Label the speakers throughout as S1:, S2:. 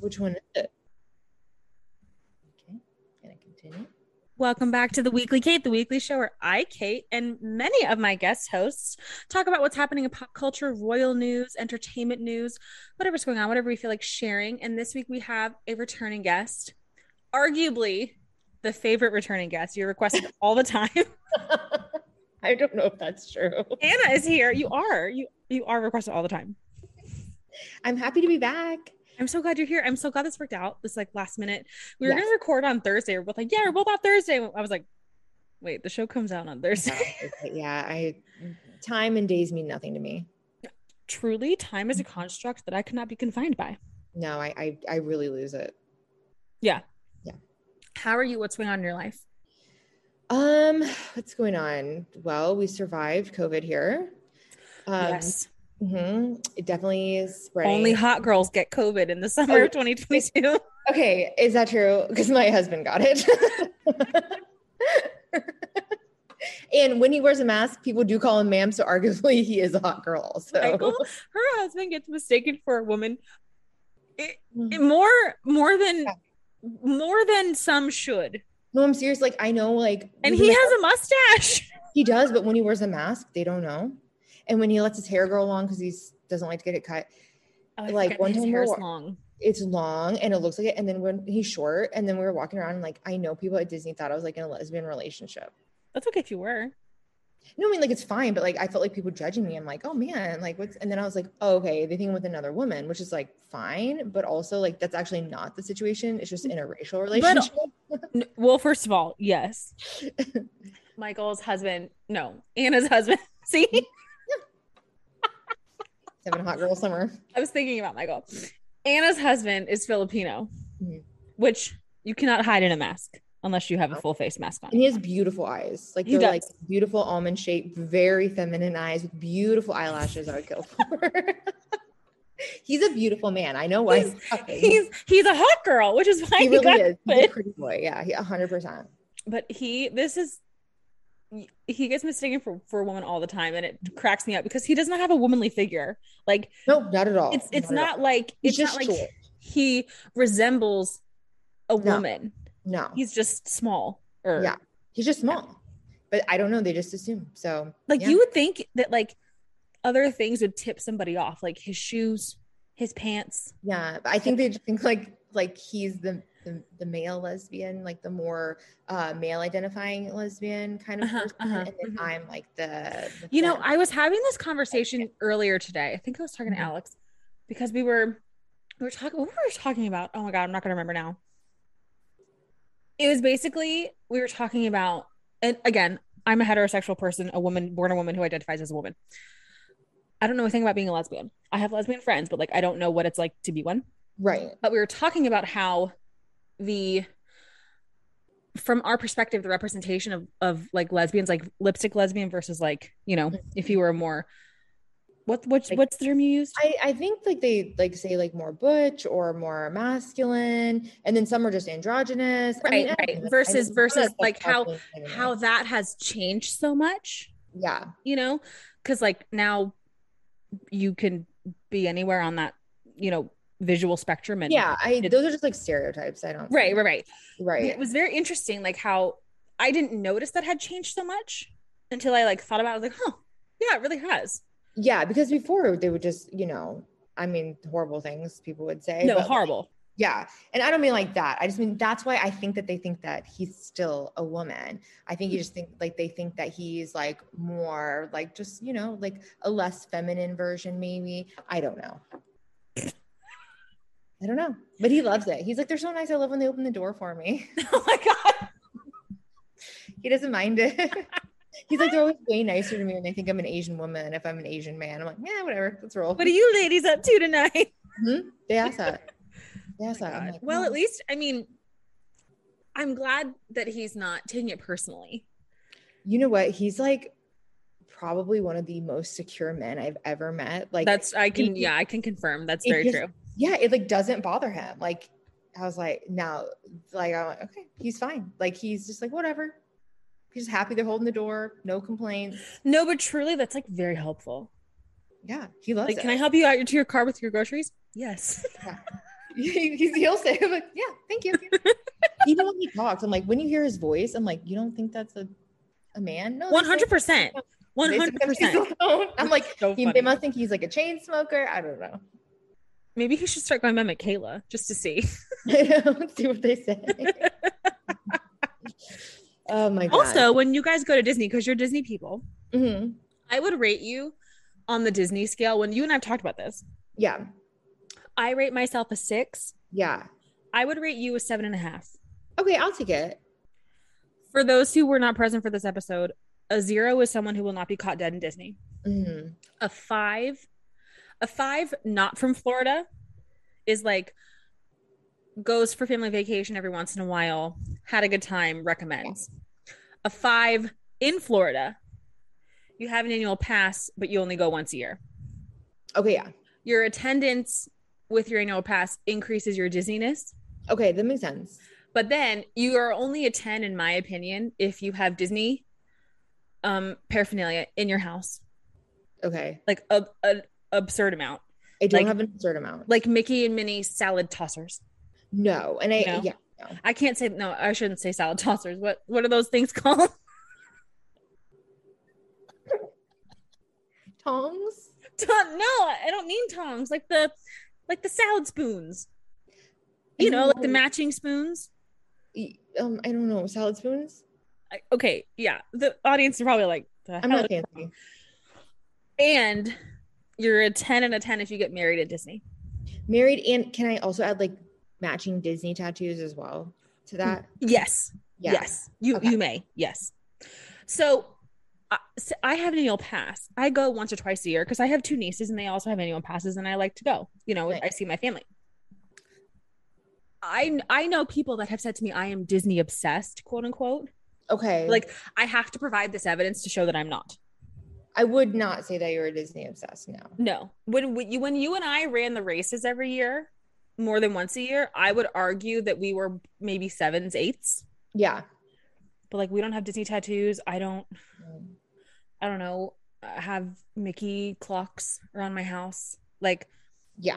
S1: Which one is it? Okay, gonna continue.
S2: Welcome back to the Weekly Kate, the weekly show where I, Kate, and many of my guest hosts talk about what's happening in pop culture, royal news, entertainment news, whatever's going on, whatever we feel like sharing. And this week we have a returning guest, arguably the favorite returning guest you requested all the time.
S1: I don't know if that's true.
S2: Anna is here. You are. You you are requested all the time.
S1: I'm happy to be back.
S2: I'm so glad you're here. I'm so glad this worked out. This like last minute. We were
S1: Yes.
S2: gonna record on Thursday. We're both like, yeah, we're both out Thursday. I was like, wait, the show comes out on Thursday.
S1: Oh, yeah, I time and days mean nothing to me.
S2: Truly, time is a construct that I could not be confined by.
S1: No, I I, I really lose it.
S2: How are you? What's going on in your life?
S1: Um, what's going on? Well, we survived COVID here. Um,
S2: yes.
S1: mhm, it definitely is spreading.
S2: Only hot girls get COVID in the summer of 2022.
S1: okay, is that true? Because my husband got it. and when he wears a mask, people do call him ma'am. So arguably, he is a hot girl. So
S2: Michael, her husband gets mistaken for a woman It- more more than more than some should.
S1: no, I'm serious. Like I know, like
S2: And
S1: even
S2: he
S1: my-
S2: has a mustache.
S1: he does, but when he wears a mask, they don't know. And when he lets his hair grow long because he doesn't like to get it cut,
S2: Oh, I
S1: Like,
S2: forget
S1: one
S2: his
S1: time we
S2: hair's
S1: were-
S2: long.
S1: it's long and it looks like it. And then when he's short, and then we were walking around, and like I know people at Disney thought I was like in a lesbian relationship.
S2: That's okay if you were.
S1: No, I mean like it's fine, but like I felt like people judging me. I'm like, oh man, like what's? And then I was like, oh, okay, they think I'm with another woman, which is like fine, but also like that's actually not the situation. It's just in a racial relationship.
S2: N- Well, first of all, yes. Michael's husband, no, Anna's husband. See,
S1: Seven hot girl summer.
S2: I was thinking about Michael. Anna's husband is Filipino,
S1: Mhm.
S2: which you cannot hide in a mask unless you have a full face mask on.
S1: And he has beautiful eyes. Like
S2: He
S1: they're
S2: does.
S1: like beautiful almond shaped, very feminine eyes with beautiful eyelashes I would kill for. he's a beautiful man. I know why
S2: He's-
S1: he's fucking.
S2: He's he's a hot girl, which is why
S1: he
S2: he,
S1: really
S2: got
S1: is. He's a
S2: it.
S1: pretty boy. Yeah, he, 100%.
S2: But he, this is, he gets mistaken for for a woman all the time, and it cracks me up because he does not have a womanly figure. Like
S1: Oh, No, not at all.
S2: it's it's
S1: at all.
S2: not like
S1: He's
S2: it's not
S1: just
S2: like
S1: short.
S2: he resembles a
S1: No.
S2: woman.
S1: No,
S2: He's just small. Or
S1: Yeah. he's just small. But I don't know. They just assume. So,
S2: like
S1: yeah.
S2: you would think that like other things would tip somebody off, like his shoes, his pants.
S1: Yeah, but I think they just think like like he's the the, the male lesbian, like the more uh, male identifying lesbian kind of
S2: Uh-huh,
S1: person,
S2: uh-huh,
S1: and then
S2: mhm.
S1: I'm like the, the
S2: You know,
S1: fem.
S2: I was having this conversation earlier today. I think I was talking to
S1: Mhm.
S2: Alex because we were we were talking what were we talking about? Oh my god, I'm not gonna remember now. It was basically we were talking about and again, I'm a heterosexual person, a woman born a woman who identifies as a woman. I don't know anything about being a lesbian. I have lesbian friends, but like I don't know what it's like to be one.
S1: right.
S2: but we were talking about how the from our perspective the representation of of like lesbians like lipstick lesbian versus like you know if you were more what what's
S1: Like-
S2: what's the term you used
S1: I, I think like they like say like more butch or more masculine, and then some are just androgynous. I mean, I
S2: Right,
S1: don't
S2: right.
S1: know. I
S2: Versus-
S1: just- some of
S2: versus,
S1: that stuff
S2: like, how-
S1: probably- I don't know.
S2: how that has changed so much
S1: yeah
S2: you know because like now you can be anywhere on that you know visual spectrum and
S1: yeah I
S2: it-
S1: those are just like stereotypes. I don't
S2: right right right
S1: right
S2: it was very interesting like how i didn't notice that had changed so much until i like thought about it I was like huh yeah it really has
S1: yeah because before they would just you know I mean horrible things people would say
S2: no
S1: but,
S2: horrible
S1: Yeah. And I don't mean like that. I just mean that's why I think that they think that he's still a woman. I think you just think like they think that he's like more like just, you know, like a less feminine version, maybe. I don't know. I don't know. But he loves it. He's like, they're so nice. I love when they open the door for me.
S2: oh my god
S1: He doesn't mind it. He's like, they're always way nicer to me when they think I'm an Asian woman. If I'm an Asian man, I'm like, yeah, whatever. Let's roll.
S2: what are you ladies up to tonight
S1: Mhm. They ask that. They ask
S2: Oh my
S1: that. I'm
S2: God.
S1: like,
S2: well
S1: "Oh."
S2: at least i mean i'm glad that he's not taking it personally
S1: You know what? He's like probably one of the most secure men I've ever met. Like
S2: that's i can
S1: he-
S2: yeah i can confirm that's
S1: it
S2: very
S1: just-
S2: true
S1: yeah, it like doesn't bother him. Like I was like, now like I'm like, okay, he's fine. Like he's just like, whatever. He's just happy they're holding the door, no complaints.
S2: no but truly that's like very helpful
S1: Yeah, he loves
S2: like
S1: it.
S2: can i help you out to your car with your groceries yes
S1: He's- He'll say, I'm like, yeah, thank you. Even when he talks, I'm like, when you hear his voice, I'm like, you don't think that's a, a man? No,
S2: One
S1: that's
S2: hundred percent.
S1: a-
S2: One
S1: they
S2: hundred
S1: sometimes
S2: percent.
S1: don't. I'm like,
S2: So
S1: he,
S2: funny.
S1: they must think he's like a chain smoker. I don't know.
S2: Maybe he should start going by Michaela just to see.
S1: Let's see what they say. oh my god.
S2: Also, when you guys go to Disney, because you're Disney people,
S1: Mhm.
S2: I would rate you on the Disney scale. When you and I've talked about this,
S1: yeah,
S2: I rate myself a six.
S1: yeah.
S2: I would rate you a seven and a half.
S1: Okay, I'll take it.
S2: For those who were not present for this episode, a zero is someone who will not be caught dead in Disney.
S1: Mhm.
S2: A five, a five not from Florida is like goes for family vacation every once in a while, had a good time, recommends. A five in Florida, you have an annual pass, but you only go once a year.
S1: Okay, yeah.
S2: Your attendance with your annual pass increases your Disneyness.
S1: Okay, that makes sense.
S2: But then you are only a 10, in my opinion, if you have Disney um paraphernalia in your house.
S1: Okay,
S2: Like a, an absurd amount.
S1: I don't
S2: Like-
S1: have an absurd amount.
S2: Like Mickey and Minnie salad tossers.
S1: no, and I
S2: No.
S1: yeah.
S2: I can't say no, I shouldn't say salad tossers. What what are those things called?
S1: Tongs.
S2: Ton- no, I don't mean tongs. Like the like the salad spoons. You know, like the matching spoons.
S1: E- Mm-hmm. Um, I don't know salad spoons.
S2: I, okay, yeah. The audience is probably like the
S1: I'm
S2: hell
S1: not
S2: is-
S1: fancy.
S2: and you're a 10 out of 10 if you get married at Disney.
S1: Married and can I also add like matching Disney tattoos as well to that? Yeah.
S2: Yes. Mm, Yes, you
S1: Okay.
S2: you may. Yes. So, I so I have an annual pass. I go once or twice a year because I have two nieces and they also have annual passes, and I like to go. You know, I
S1: Nice.
S2: see my family. I I know people that have said to me, "I am Disney obsessed," quote unquote.
S1: Okay.
S2: Like I have to provide this evidence to show that I'm not.
S1: I would not say that you're a Disney obsessed. No.
S2: No, when when you when you and I ran the races every year, more than once a year, I would argue that we were maybe sevens, eights.
S1: Yeah.
S2: But like we don't have Disney tattoos. I don't
S1: Mm.
S2: I don't know, uh, have Mickey clocks around my house. Like
S1: Yeah.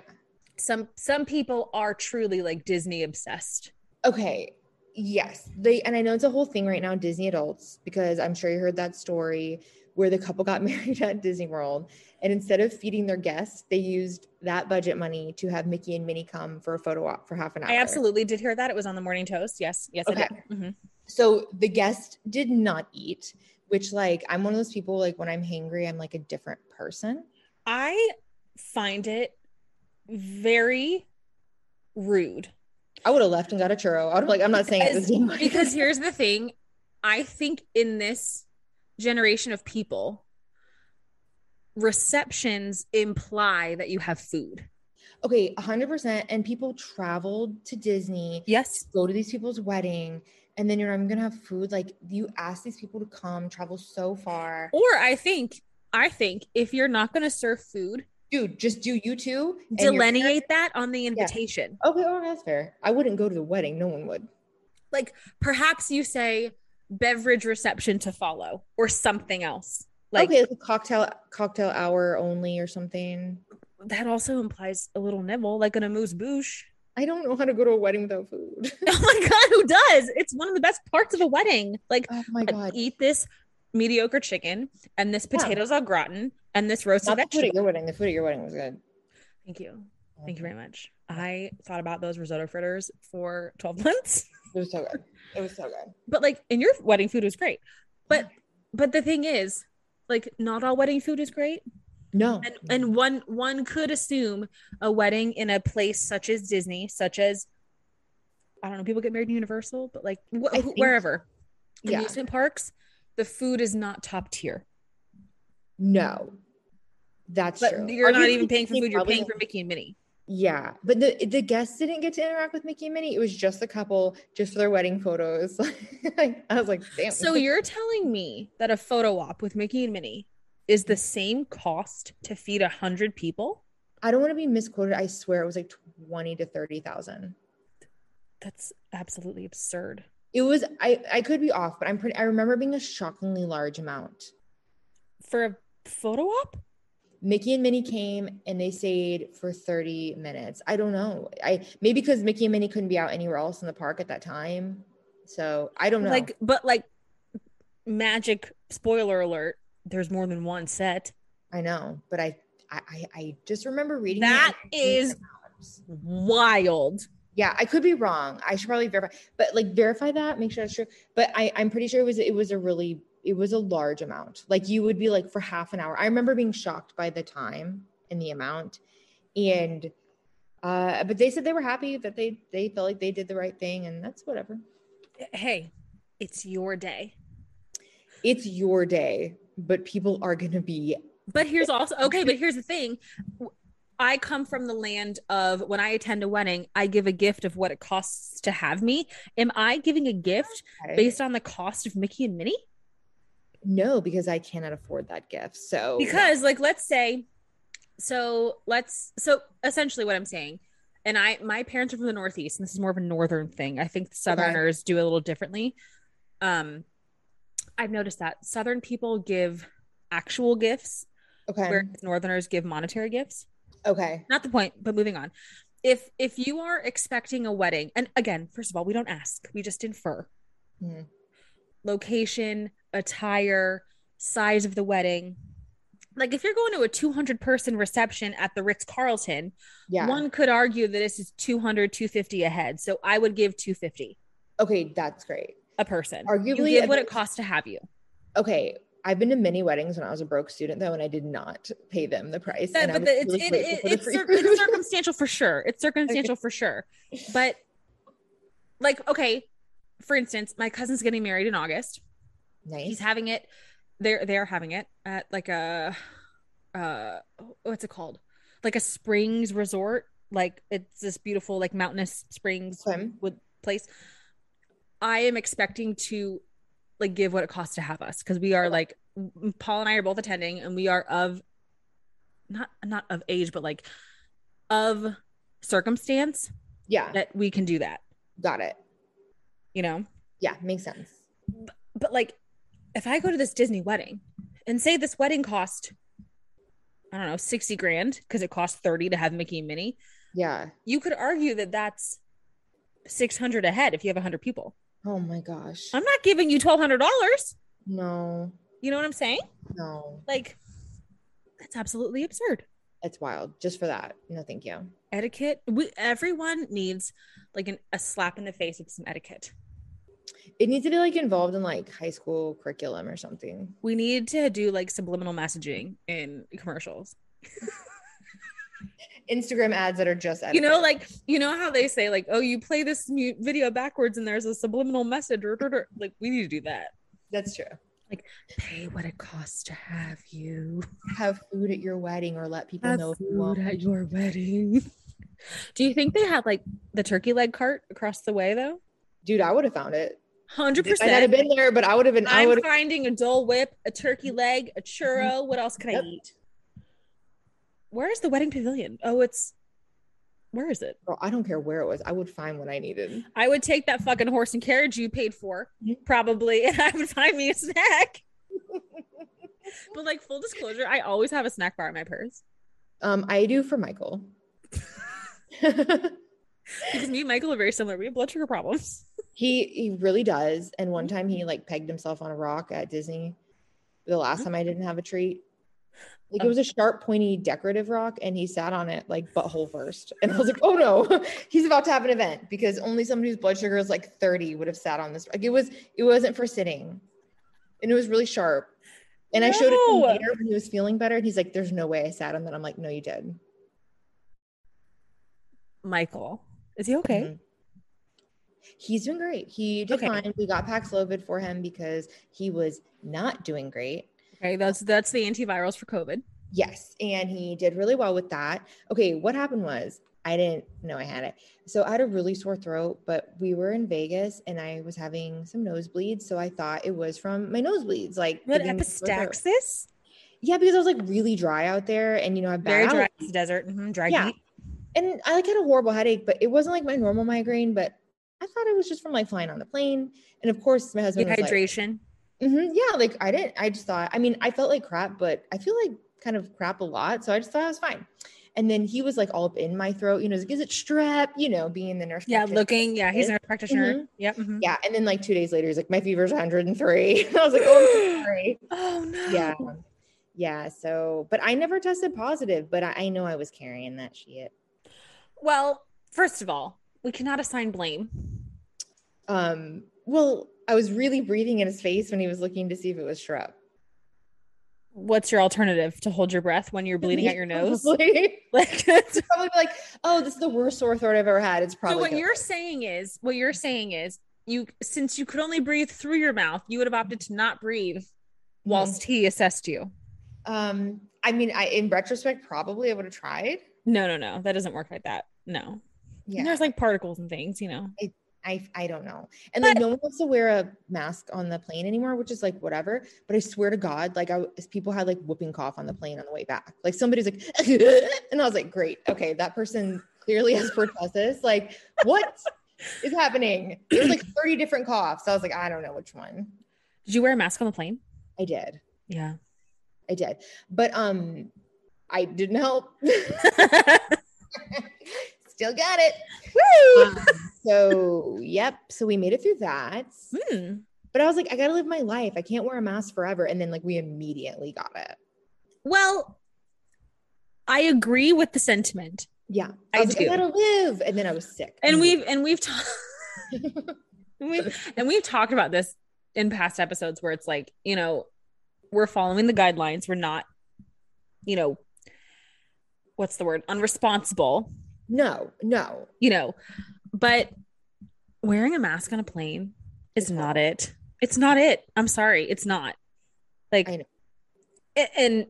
S2: some some people are truly like Disney obsessed.
S1: Okay. Yes. They and I know it's a whole thing right now, Disney adults, because I'm sure you heard that story where the couple got married at Disney World. And instead of feeding their guests, they used that budget money to have Mickey and Minnie come for a photo op for half an hour.
S2: I absolutely did hear that. It was on the morning toast. Yes, yes, I did. Mhm.
S1: So the guest did not eat, which like I'm one of those people like when I'm hangry, I'm like a different person.
S2: I find it very rude
S1: I would have left and got a churro. I would have like I'm not saying it
S2: Because-
S1: this way.
S2: because here's the thing: I think in this generation of people, receptions imply that you have food.
S1: okay, 100%. And people traveled to Disney,
S2: Yes,
S1: go to these people's wedding, and then you're not even gonna have food. Like you ask these people to come, travel so far,
S2: Or I think, I think if you're not going to serve food,
S1: dude. Just do you two and your-
S2: delineate that on the invitation.
S1: Okay, oh, that's fair. I wouldn't go to the wedding. No one would.
S2: Like perhaps you say beverage reception to follow or something else. Like
S1: okay, like a cocktail cocktail hour only or something.
S2: that also implies a little nibble, like an amuse bouche.
S1: I don't know how to go to a wedding without food.
S2: Oh my God, who does? It's one of the best parts of a wedding. Like
S1: oh my god.
S2: eat this mediocre chicken and this
S1: Yeah.
S2: potatoes au gratin and this roasted
S1: Not the food
S2: vegetable.
S1: at your wedding. The food at your wedding was good.
S2: Thank you. Thank you very much. I thought about those risotto fritters for 12 months.
S1: It was so good. It was so good.
S2: but like and your wedding food was great but but the thing is like not all wedding food is great
S1: No.
S2: and and one one could assume a wedding in a place such as disney such as i don't know people get married in universal but like wh-
S1: I
S2: wh-
S1: think-
S2: wherever
S1: yeah.
S2: amusement parks the food is not top tier
S1: No. That's
S2: but
S1: true.
S2: you're
S1: Are
S2: not
S1: you
S2: even paying for
S1: thinking
S2: food you're
S1: probably-
S2: paying for mickey and minnie
S1: Yeah, but the the guests didn't get to interact with Mickey and Minnie. It was just the couple, just for their wedding photos. Like, I was like, damn.
S2: so you're telling me that a photo op with mickey and minnie is the same cost to feed a hundred people
S1: I don't want to be misquoted. I swear it was like twenty to thirty thousand.
S2: that's absolutely absurd
S1: It was. I I could be off, but I'm pretty. I remember it being a shockingly large amount.
S2: for a photo op
S1: Mickey and Minnie came and they stayed for 30 minutes. I don't know. I maybe because Mickey and Minnie couldn't be out anywhere else in the park at that time. So I don't know.
S2: Like, but like, magic spoiler alert. There's more than one set.
S1: I know, but I I I, I just remember reading it
S2: That
S1: and thinking
S2: is
S1: about-
S2: wild.
S1: yeah. I could be wrong. I should probably verify, but like verify that, make sure that's true. But I I'm pretty sure it was it was a really it was a large amount. Like you would be like for half an hour. I remember being shocked by the time and the amount, and uh, but they said they were happy that they they felt like they did the right thing, and that's whatever.
S2: Hey, it's your day.
S1: It's your day, but people are gonna be
S2: But here's also okay, but here's the thing. I come from the land of when I attend a wedding, I give a gift of what it costs to have me. Am I giving a gift based on the cost of Mickey and Minnie?
S1: no because I cannot afford that gift. So
S2: because like let's say so let's so essentially what i'm saying and i my parents are from the northeast and this is more of a northern thing i think southerners do a little differently um i've noticed that southern people give actual gifts
S1: okay,
S2: whereas northerners give monetary gifts
S1: okay,
S2: not the point but moving on if if you are expecting a wedding and again first of all we don't ask we just infer
S1: Mhm.
S2: location attire size of the wedding like if you're going to a 200 person reception at the ritz carlton
S1: yeah.
S2: one could argue that this is 200 250 a head so i would give 250
S1: Okay, that's great.
S2: a person you
S1: Arguably,
S2: give
S1: a-
S2: what it costs to have you
S1: Okay, I've been to many weddings when I was a broke student though, and I did not pay them the price.
S2: That-
S1: and I
S2: but
S1: was
S2: the- it's,
S1: really
S2: it,
S1: grateful
S2: it-
S1: for the
S2: it's,
S1: free
S2: cir-
S1: food.
S2: it's circumstantial for sure. It's circumstantial for sure. But like, okay, for instance, my cousin's getting married in August. He's
S1: nice.
S2: having it. They're they're having it at like a, uh, what's it called? Like a Springs resort. Like it's this beautiful like mountainous Springs
S1: Okay.
S2: wood place. I am expecting to like give what it costs to have us because we are like m- Paul and I are both attending and we are of not not of age but like of circumstance
S1: Yeah,
S2: that we can do that,
S1: got it.
S2: you know.
S1: Yeah, makes sense.
S2: But like if I go to this Disney wedding and say this wedding cost I don't know 60 grand because it cost 30 to have Mickey and Minnie,
S1: Yeah.
S2: you could argue that that's 600 a head if you have 100 people.
S1: Oh my gosh.
S2: I'm not giving you $1200.
S1: No,
S2: You know what I'm saying?
S1: no,
S2: Like, that's absolutely absurd.
S1: it's wild. Just for that. No, thank you.
S2: Etiquette. We everyone needs like an, a slap in the face with some etiquette.
S1: It needs to be like involved in like high school curriculum or something.
S2: We need to do like subliminal messaging in commercials.
S1: Instagram ads that are just
S2: You know,
S1: etiquette.
S2: like you know how they say like, oh, you play this mu- video backwards and there's a subliminal message. Or, or- or- like we need to do that.
S1: that's true.
S2: Pay what it costs to have you.
S1: Have food at your wedding or let people
S2: Have
S1: know if you
S2: food
S1: want.
S2: at your wedding. do you think they have like the turkey leg cart across the way though?
S1: Dude, I would have found it.
S2: Hundred
S1: I might have
S2: percent.
S1: been there, but I would have been. I
S2: I'm
S1: would have
S2: finding a Dole Whip, a turkey leg, a churro. What else can
S1: Yep.
S2: I eat? Where is the wedding pavilion? Oh, it's where is it?
S1: Girl, I don't care where it was. I would find what I needed.
S2: I would take that fucking horse and carriage you paid for,
S1: Mhm.
S2: probably, and I would find me a snack. but like full disclosure, I always have a snack bar in my purse
S1: Um, I do for Michael.
S2: because me and Michael are very similar. We have blood sugar problems.
S1: he he really does. And one time he like pegged himself on a rock at Disney. The last time I didn't have a treat. Like it was a sharp, pointy, decorative rock, and he sat on it like butthole first. And I was like, oh no, he's about to have an event because only somebody whose blood sugar is like 30 would have sat on this. Like it was, it wasn't for sitting. And it was really sharp. And I showed it to him
S2: No.
S1: later when he was feeling better. And he's like, There's no way I sat on that. I'm like, No, you did.
S2: Michael, is he okay?
S1: Mhm. He's doing great. He did
S2: Okay.
S1: fine. We got Paxlovid for him because he was not doing great.
S2: Okay, that's that's the antivirals for COVID.
S1: Yes, and he did really well with that. Okay, what happened was I didn't know I had it. So I had a really sore throat, but we were in Vegas and I was having some nosebleeds, so I thought it was from my nosebleeds, like
S2: What
S1: the being sore throat.
S2: epistaxis?
S1: Yeah, because I was like really dry out there, and you know I have
S2: Very
S1: bad
S2: dry
S1: allergies.
S2: desert. mhm, dry
S1: Yeah.
S2: heat.
S1: and I like had a horrible headache, but it wasn't like my normal migraine. But I thought it was just from like flying on the plane, and of course my husband was like, Mm-hmm.
S2: dehydration.
S1: Mhm, yeah, like I didn't. I just thought. I mean, I felt like crap, but I feel like kind of crap a lot. So I just thought I was fine. And then he was like all up in my throat, you know, like, is it strep? You know, being the nurse.
S2: Yeah,
S1: practitioner.
S2: looking. Yeah, he's a nurse practitioner.
S1: Mhm.
S2: Yep. mhm.
S1: Yeah. And then like two days later, he's like, my fever's 103. And I was like, oh, I'm sorry.
S2: Oh no.
S1: Yeah. Yeah. So, but I never tested positive, but I, I know I was carrying that shit.
S2: Well, first of all, we cannot assign blame.
S1: Um, well, I was really breathing in his face when he was looking to see if it was shrub.
S2: What's your alternative to hold your breath when you're bleeding out your nose?
S1: Probably,
S2: Like so
S1: probably like, oh, this is the worst sore throat I've ever had. It's probably
S2: what
S1: COVID."
S2: you're saying is what you're saying is you since you could only breathe through your mouth, you would have opted to not breathe whilst he assessed you.
S1: Um, I mean, I in retrospect, probably I would have tried.
S2: No, no, no. That doesn't work like that. No.
S1: Yeah,
S2: There's like particles and things, you know.
S1: I I don't know. And like, no one wants to wear a mask on the plane anymore, which is like whatever. But I swear to God, like, I people had like whooping cough on the plane on the way back. Like somebody's like, and I was like, great, okay, that person clearly has pertussis. Like, what is happening? There's like 30 different coughs. I was like, I don't know which one.
S2: Did you wear a mask on the plane?
S1: I did,
S2: Yeah.
S1: I did, but um, I didn't help. Still got it.
S2: Woo!
S1: Um, so yep so we made it through that
S2: Hmm.
S1: but i was like i gotta live my life i can't wear a mask forever and then like we immediately got it
S2: Well, I agree with the sentiment.
S1: yeah
S2: I
S1: was like,
S2: do.
S1: gotta live and then i was sick
S2: and we've and we've talked we've, and we've talked about this in past episodes where it's like you know we're following the guidelines we're not you know what's the word unresponsible
S1: no no
S2: you know but wearing a mask on a plane is not it it's not it i'm sorry it's not like
S1: I know.
S2: a- and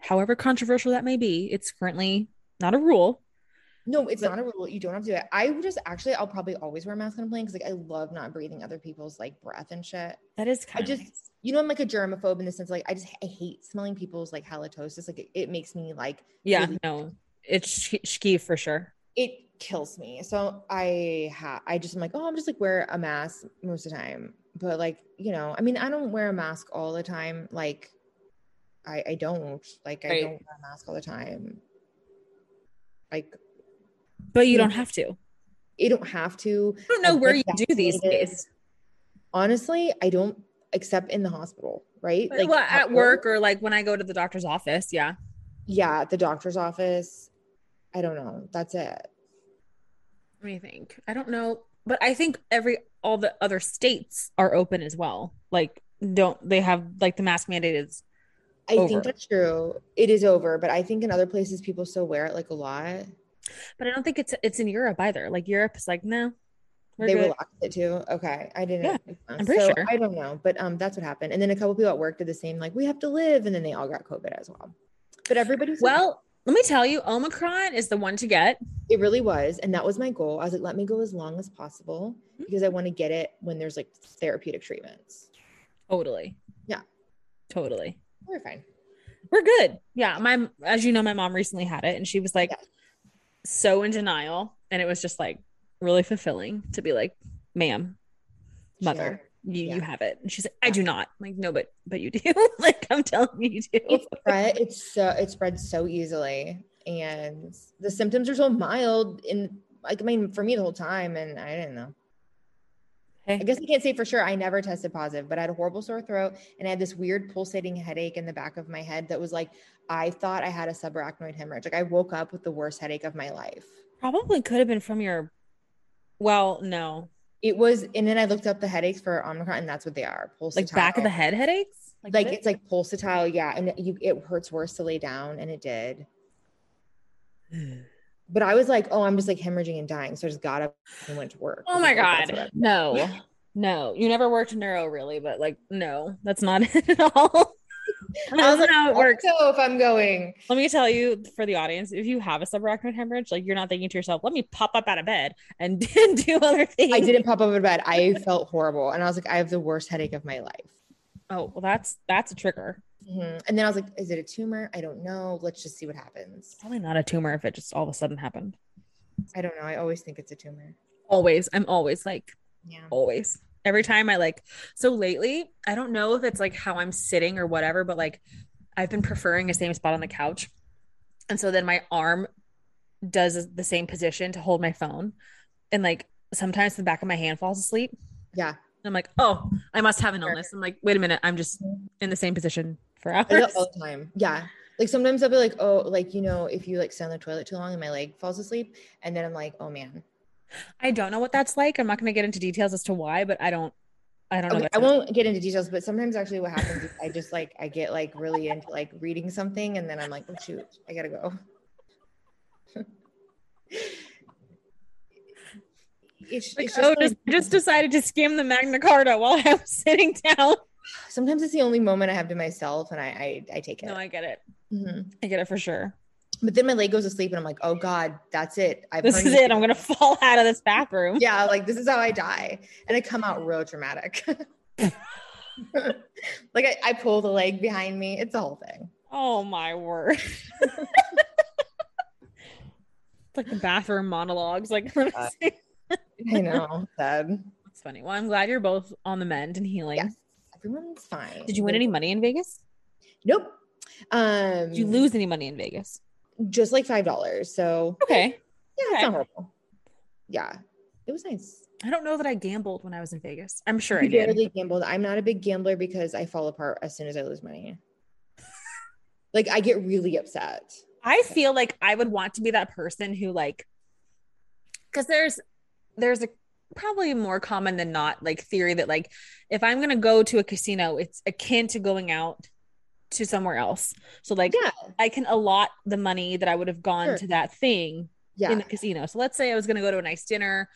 S2: however controversial that may be it's currently not a rule
S1: no it's
S2: But-
S1: not a rule you don't have to do it i would just actually i'll probably always wear a mask on a plane because like i love not breathing other people's like breath and shit
S2: that is
S1: i
S2: kind
S1: just you know i'm like a germaphobe in the sense like i just i hate smelling people's like halitosis like it, it makes me like
S2: yeah
S1: really-
S2: no it's sh- ski for sure
S1: it kills me. So I ha- I just am like, oh, I'm just like wear a mask most of the time. But like, you know, I mean, I don't wear a mask all the time. Like, I I don't like I
S2: Right.
S1: don't wear a mask all the time. Like,
S2: But you
S1: Yeah.
S2: don't have to.
S1: you don't have to.
S2: I don't know
S1: I've
S2: where you
S1: been
S2: do these
S1: vaccinated.
S2: days.
S1: Honestly, I don't except in the hospital, right?
S2: well, at work or like when I go to the doctor's office. Yeah.
S1: yeah, at the doctor's office. I don't know. That's it.
S2: Let me think. I don't know, but I think every all the other states are open as well. Like, don't they have like the mask mandate is
S1: I
S2: Over.
S1: think that's true. It is over, but I think in other places people still wear it like a lot.
S2: But I don't think it's it's in Europe either. Like Europe is like no, we're
S1: they
S2: good.
S1: relaxed it too. Okay, I didn't.
S2: Yeah,
S1: know.
S2: I'm pretty
S1: so
S2: sure.
S1: I don't know, but um, that's what happened. And then a couple people at work did the same. Like we have to live, and then they all got COVID as well. But everybody's
S2: well, let me tell you, Omicron is the one to get.
S1: it really was, and that was my goal. I was like, let me go as long as possible
S2: Mhm.
S1: because I want to get it when there's like therapeutic treatments.
S2: Totally.
S1: Yeah.
S2: Totally.
S1: We're fine.
S2: we're good. Yeah. My, as you know, my mom recently had it and she was like
S1: Yeah.
S2: so in denial. And it was just like really fulfilling to be like, ma'am, mother,
S1: Sure.
S2: you,
S1: Yeah.
S2: you have it. And she's like, I
S1: Yeah.
S2: do not. I'm like, no, but, but you do. like, I'm telling you, you do.
S1: It's spread. It's so it spreads so easily, and the symptoms are so mild. In like, I mean, for me the whole time, and I didn't know.
S2: Hey.
S1: I guess I can't say for sure. I never tested positive, but I had a horrible sore throat and I had this weird pulsating headache in the back of my head that was like, I thought I had a subarachnoid hemorrhage. Like I woke up with the worst headache of my life.
S2: Probably could have been from your, well, no,
S1: It was, and then I looked up the headaches for Omicron, and that's what they are. Pulsatile.
S2: like back of the head headaches.
S1: Like
S2: this?
S1: it's like pulsatile, yeah. And you, it hurts worse to lay down, and it did. But I was like, oh, I'm just like hemorrhaging and dying. So I just got up and went to work.
S2: oh
S1: because,
S2: my
S1: like, that's what I-
S2: God. No, no. You never worked neuro really, but like, no, that's not it at all. I
S1: I was
S2: don't know
S1: like,
S2: how it works.
S1: So if I'm going,
S2: Let me tell you for the audience, if you have a subarachnoid hemorrhage, like you're not thinking to yourself, let me pop up out of bed and do other things.
S1: I didn't pop up out of bed. I felt horrible, and I was like, I have the worst headache of my life.
S2: Oh, well, that's that's a trigger. Mm-hmm.
S1: Mhm. And then I was like, is it a tumor? I don't know. Let's just see what happens.
S2: Probably not a tumor if it just all of a sudden happened.
S1: I don't know. I always think it's a tumor.
S2: Always. I'm always like,
S1: Yeah.
S2: always. Every time I like so lately, I don't know if it's like how I'm sitting or whatever, but like I've been preferring a same spot on the couch. And so then my arm does the same position to hold my phone. And like sometimes the back of my hand falls asleep.
S1: Yeah.
S2: And I'm like, oh, I must have an
S1: Sure.
S2: illness. I'm like, wait a minute, I'm just in the same position for
S1: I do
S2: hours.
S1: it all the time. Yeah. Like sometimes I'll be like, oh, like, you know, if you like sit on the toilet too long and my leg falls asleep. And then I'm like, oh man.
S2: I don't know what that's like. I'm not going to get into details as to why, but I don't, I don't
S1: Okay,
S2: know. what
S1: I
S2: that's like.
S1: won't get into details, but sometimes actually what happens is I just like I get like really into like reading something and then I'm like, oh shoot, I gotta go. it's,
S2: Like,
S1: it's
S2: oh,
S1: just,
S2: just, just decided to skim the Magna Carta while I was sitting down.
S1: sometimes it's the only moment I have to myself and I I, I take it.
S2: No, I get it.
S1: Mhm.
S2: I get it for sure.
S1: But then my leg goes asleep and I'm like, oh God, that's it. I've
S2: This
S1: earned
S2: is it. I'm going to fall out of this bathroom.
S1: yeah, like this is how I die. And I come out real dramatic. like I, I pull the leg behind me. It's the whole thing.
S2: Oh my word. It's like the bathroom monologues. Like, let me
S1: Uh,
S2: see.
S1: I know. Sad.
S2: It's funny. Well, I'm glad you're both on the mend and healing.
S1: Yes. Everyone's fine.
S2: Did you win any money in Vegas?
S1: Nope. Um
S2: Did you lose any money in Vegas?
S1: just like five dollars. So
S2: Okay.
S1: yeah,
S2: Okay.
S1: it's not horrible. Yeah. It was nice.
S2: I don't know that I gambled when I was in Vegas. I'm sure I
S1: I
S2: did.
S1: barely gambled. I'm not a big gambler because I fall apart as soon as I lose money. like I get really upset.
S2: I feel like I would want to be that person who like because there's there's a probably more common than not like theory that like if I'm gonna go to a casino, it's akin to going out to somewhere else. So like
S1: Yeah.
S2: I can allot the money that I would have gone
S1: Sure.
S2: to that thing
S1: Yeah.
S2: in the casino. So let's say I was gonna go to a nice dinner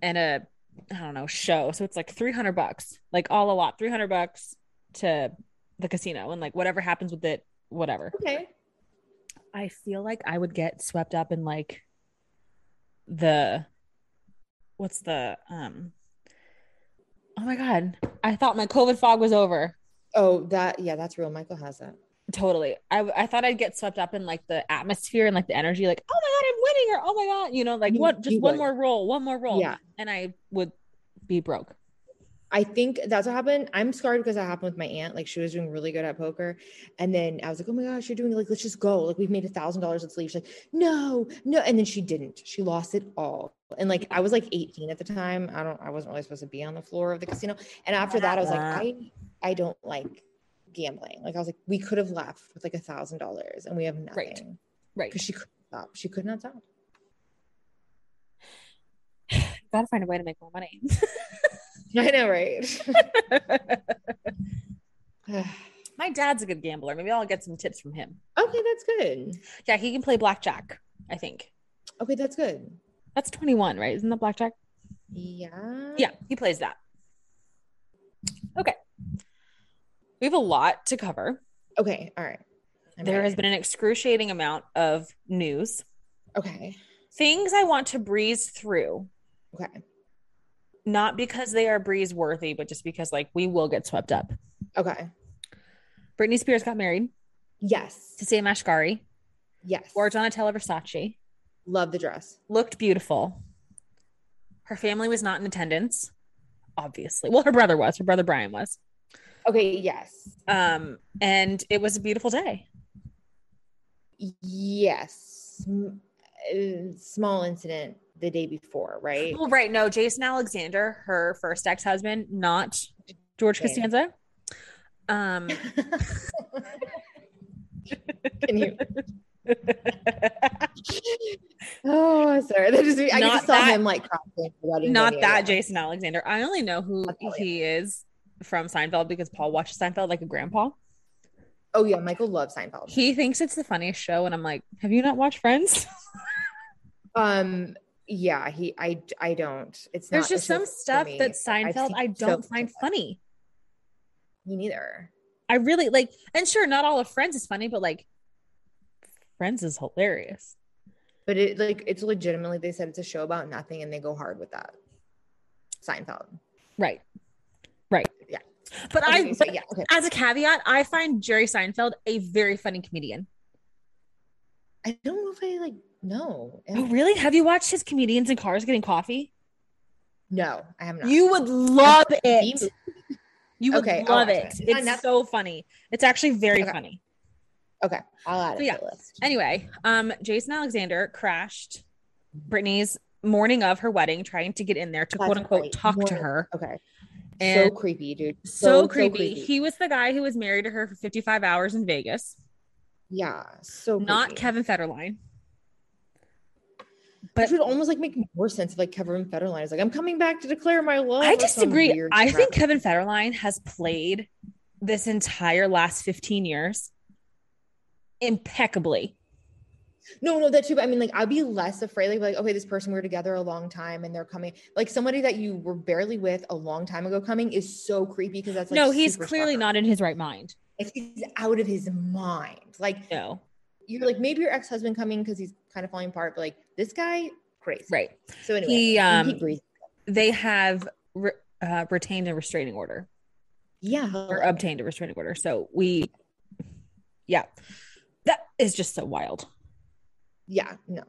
S2: and a I don't know show. So it's like three hundred bucks, like all a lot, three hundred bucks to the casino, and like whatever happens with it, whatever.
S1: okay.
S2: I feel like I would get swept up in like the what's the um oh my god I thought my COVID fog was over
S1: Oh, that yeah, that's real. Michael has that.
S2: totally I I thought I'd get swept up in like the atmosphere and like the energy like oh my god I'm winning or oh my god you know like
S1: You-
S2: what just
S1: you
S2: one
S1: would.
S2: more roll one more roll
S1: Yeah.
S2: and I would be broke
S1: I think that's what happened. I'm scarred because that happened with my aunt. Like she was doing really good at poker. And then I was like, oh my gosh, you're doing like, let's just go. Like we've made a thousand dollars. Let's leave. She's like, no, no. And then she didn't. She lost it all. And like I was like 18 at the time. I don't I wasn't really supposed to be on the floor of the casino. And after that, I was like, I I don't like gambling. Like I was like, we could have left with like a thousand dollars and we have nothing.
S2: right
S1: Because she couldn't stop. She could not stop.
S2: gotta find a way to make more money
S1: I know, right?
S2: my dad's a good gambler maybe I'll get some tips from him
S1: okay, that's good.
S2: yeah he can play blackjack I think
S1: Okay, that's good.
S2: that's 21 right isn't that blackjack
S1: Yeah.
S2: Yeah, he plays that. Okay. We have a lot to cover.
S1: Okay. All right. I'm
S2: There
S1: ready.
S2: has been an excruciating amount of news.
S1: Okay.
S2: Things I want to breeze through,
S1: Okay.
S2: not because they are breeze worthy, but just because like we will get swept up.
S1: Okay.
S2: Britney Spears got married to
S1: Yes.
S2: Sam Ashgari,
S1: Yes.
S2: wore Donatella Versace,
S1: Love the dress.
S2: looked beautiful. Her family was not in attendance, obviously. Well, her brother was. Her brother Brian was.
S1: Okay. Yes.
S2: Um, and it was a beautiful day.
S1: Yes. M- uh, Small incident the day before, right?
S2: Well, right. No, Jason Alexander, her first ex husband, not George
S1: Okay.
S2: Costanza. Um,
S1: Can you? Oh, sorry. That just I
S2: Not
S1: just saw
S2: that-
S1: him like crossing.
S2: not that Jason Alexander. I only know who
S1: Not that
S2: he is from Seinfeld because Paul watches Seinfeld like a grandpa.
S1: Oh yeah, Michael loves Seinfeld.
S2: He thinks it's the funniest show. And I'm like, have you not watched Friends?
S1: Um. Yeah. He. I. I don't. It's
S2: There's
S1: not a
S2: just
S1: show
S2: some
S1: for
S2: stuff
S1: me. I've
S2: that Seinfeld
S1: seen
S2: I
S1: so
S2: don't
S1: much
S2: find
S1: of it.
S2: funny.
S1: Me neither.
S2: I really like, and sure, not all of Friends is funny, but like, Friends is hilarious.
S1: But it like it's legitimately they said it's a show about nothing and they go hard with that. Seinfeld.
S2: Right. Right.
S1: Yeah.
S2: But I,
S1: Okay,
S2: but
S1: so, yeah, okay.
S2: as a caveat, I find Jerry Seinfeld a very funny comedian.
S1: I don't know if I like no.
S2: Oh, really? Have you watched his comedians in cars getting coffee?
S1: No, I have not.
S2: You would love
S1: He-
S2: it. You would
S1: Okay, I'll
S2: love
S1: watch
S2: it.
S1: it. It's on
S2: It's
S1: Netflix.
S2: so funny. It's actually very
S1: Okay.
S2: funny.
S1: Okay, I'll add it
S2: So, yeah.
S1: to the list.
S2: Anyway, um, Jason Alexander crashed Brittany's morning of her wedding, trying to get in there to
S1: That's
S2: quote unquote
S1: right,
S2: talk to
S1: morning.
S2: her.
S1: Okay, so
S2: And-
S1: creepy, dude.
S2: So, creepy. He was the guy who was married to her for 55 hours in Vegas,
S1: yeah, so
S2: not
S1: creepy.
S2: Kevin Federline.
S1: Which
S2: But
S1: would almost like make more sense if like Kevin Federline is like, I'm coming back to declare my love.
S2: I
S1: or some
S2: disagree.
S1: weird
S2: I
S1: crap.
S2: think Kevin Federline has played this entire last 15 years impeccably.
S1: no, no, that's true. But I mean, like, I'd be less afraid. Like, like, okay, this person we were together a long time, and they're coming. Like, somebody that you were barely with a long time ago coming is so creepy because that's like
S2: no, he's
S1: super
S2: clearly
S1: stalker.
S2: not in his right mind.
S1: Like, he's out of his mind. Like,
S2: No,
S1: you're like maybe your ex husband coming because he's kind of falling apart, but like this guy, crazy.
S2: right.
S1: So anyway,
S2: He
S1: we
S2: um
S1: keep breathing.
S2: they have re- uh, retained a restraining order
S1: yeah,
S2: or obtained a restraining order. So we, yeah, that is just so wild.
S1: yeah, no,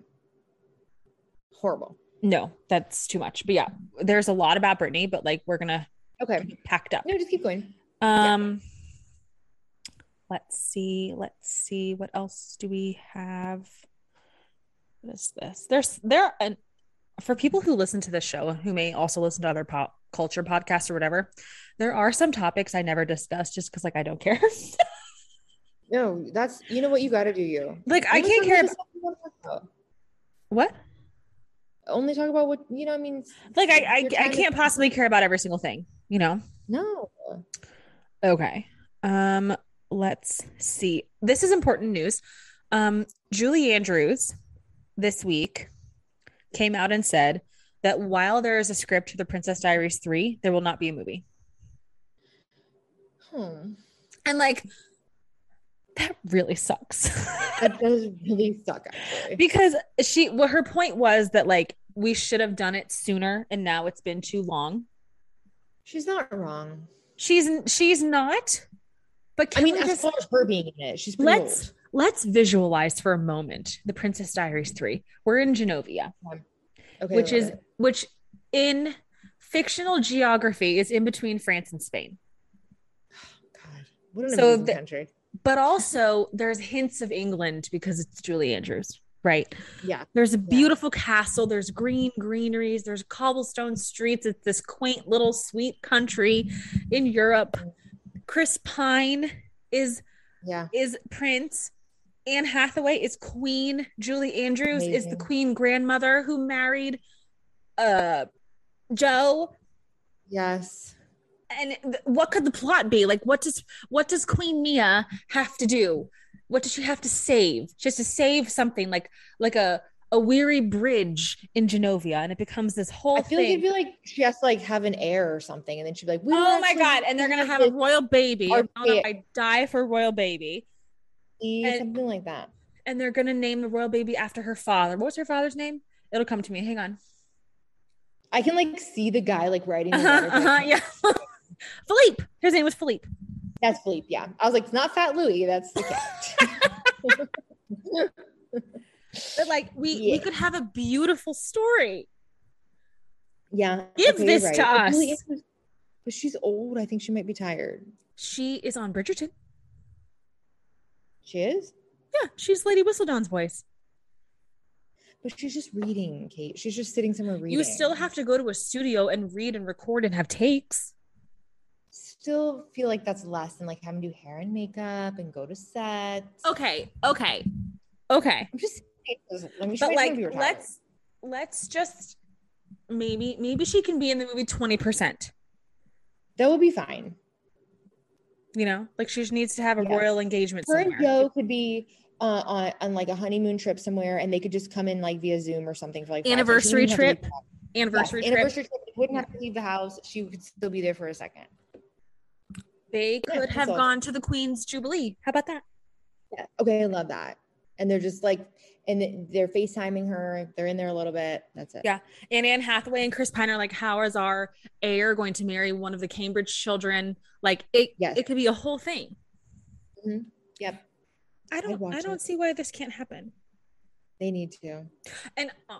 S1: horrible.
S2: No, that's too much. But yeah, there's a lot about Brittany, but like we're gonna
S1: Okay,
S2: be packed up.
S1: no, just keep going.
S2: Um, let's see, let's see, what else do we have? What is this? There's there and for people who listen to this show and who may also listen to other pop culture podcasts or whatever, there are some topics I never discuss just because like I don't care.
S1: No, that's you know what you got to do. You
S2: like I
S1: Only
S2: can't
S1: talk
S2: care
S1: about
S2: about
S1: stuff you wanna talk about.
S2: what?
S1: Only talk about what you know. I mean,
S2: Like I I,
S1: You're
S2: I
S1: trying to-
S2: can't possibly care about every single thing, you know?
S1: no,
S2: Okay. Um, let's see. This is important news. Um, Julie Andrews this week came out and said that while there is a script to The Princess Diaries 3, there will not be a movie.
S1: hmm.
S2: And like that really sucks.
S1: that does really suck. Actually,
S2: because she well, her point was that like we should have done it sooner and now it's been too long.
S1: she's not wrong.
S2: She's she's not. But
S1: I
S2: can
S1: mean,
S2: we
S1: as
S2: just
S1: far as her being in it, she's pretty
S2: Let's- let's visualize for a moment the princess diaries 3 we're in genovia
S1: old. Okay,
S2: which
S1: love
S2: is
S1: it.
S2: which in fictional geography is in between france and spain
S1: God, what an
S2: So
S1: amazing
S2: the-
S1: country.
S2: but also there's hints of england because it's julie andrews right
S1: Yeah,
S2: there's a beautiful castle there's green greeneries there's cobblestone streets it's this quaint little sweet country in europe chris pine is
S1: yeah,
S2: is Prince. Anne Hathaway is Queen. Julie Andrews is the
S1: Amazing.
S2: Queen grandmother who married uh Joe.
S1: yes.
S2: And th- what could the plot be? Like what does what does Queen Mia have to do? What does she have to save? She has to save something like like a a weary bridge in Genovia and it becomes this whole
S1: I feel like
S2: thing.
S1: it'd be like she has to like have an heir or something, and then she'd be like, we
S2: oh
S1: don't
S2: my
S1: actually
S2: god, and they're gonna have a
S1: this-
S2: royal baby.
S1: Our
S2: I don't know,
S1: ba-
S2: I die for royal baby.
S1: need
S2: and-
S1: something like that.
S2: and they're gonna name the royal baby after her father. What's her father's name? It'll come to me. Hang on.
S1: I can like see the guy like writing. the
S2: Uh-huh,
S1: letter, but
S2: uh-huh, yeah. Philippe. His name was Philippe.
S1: That's Philippe. Yeah, I was like, it's not Fat Louis. That's the cat.
S2: But like we we
S1: Yeah.
S2: could have a beautiful story.
S1: yeah,
S2: Give
S1: you're
S2: this to
S1: It
S2: us.
S1: is- but she's old. I think she might be tired.
S2: She is on Bridgerton.
S1: She is,
S2: Yeah, she's Lady Whistledown's voice.
S1: but she's just reading. Kate, she's just sitting somewhere reading.
S2: You still have to go to a studio and read and record and have takes.
S1: still feel like that's less than like having to do hair and makeup and go to sets.
S2: Okay, okay, okay.
S1: I'm just. saying, Let me show
S2: But
S1: you
S2: like,
S1: we were talking.
S2: let's let's just maybe maybe she can be in the movie twenty percent.
S1: That would be fine.
S2: You know, like she just needs to have a
S1: Yes.
S2: royal engagement
S1: Her
S2: somewhere.
S1: and Joe could be uh, on, on like a honeymoon trip somewhere, and they could just come in like via Zoom or something for like five minutes. She
S2: Anniversary
S1: wouldn't have to leave
S2: trip?
S1: the house. Yes,
S2: anniversary trip.
S1: Anniversary trip. They wouldn't have to leave the house. She could still be there for a second.
S2: They
S1: Yeah,
S2: could
S1: that's
S2: have
S1: all.
S2: gone to the Queen's Jubilee. How about that?
S1: Yeah. Okay, I love that. And they're just like, and they're FaceTiming her. They're in there a little bit. That's it.
S2: Yeah. And Anne Hathaway and Chris Pine are like, how is our heir going to marry one of the Cambridge children? Like it,
S1: Yes.
S2: it could be a whole thing.
S1: Mhm. Yep.
S2: I
S1: I'd
S2: don't,
S1: watch
S2: I don't
S1: it.
S2: see why this can't happen.
S1: They need to.
S2: And uh,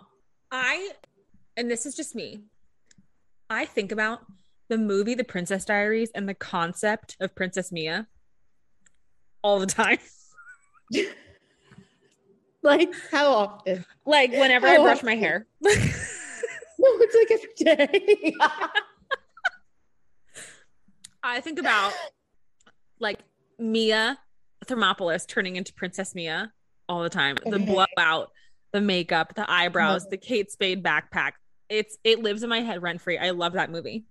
S2: I, and this is just me. I think about the movie The Princess Diaries and the concept of Princess Mia all the time.
S1: like how often?
S2: Like whenever I
S1: How
S2: brush my hair.
S1: No, it's like every day.
S2: I think about like Mia Thermopolis turning into Princess Mia all the time. The
S1: Okay. Uh-huh.
S2: blowout, the makeup, the eyebrows, the Kate Spade backpack. It's it lives in my head rent free. I love that movie.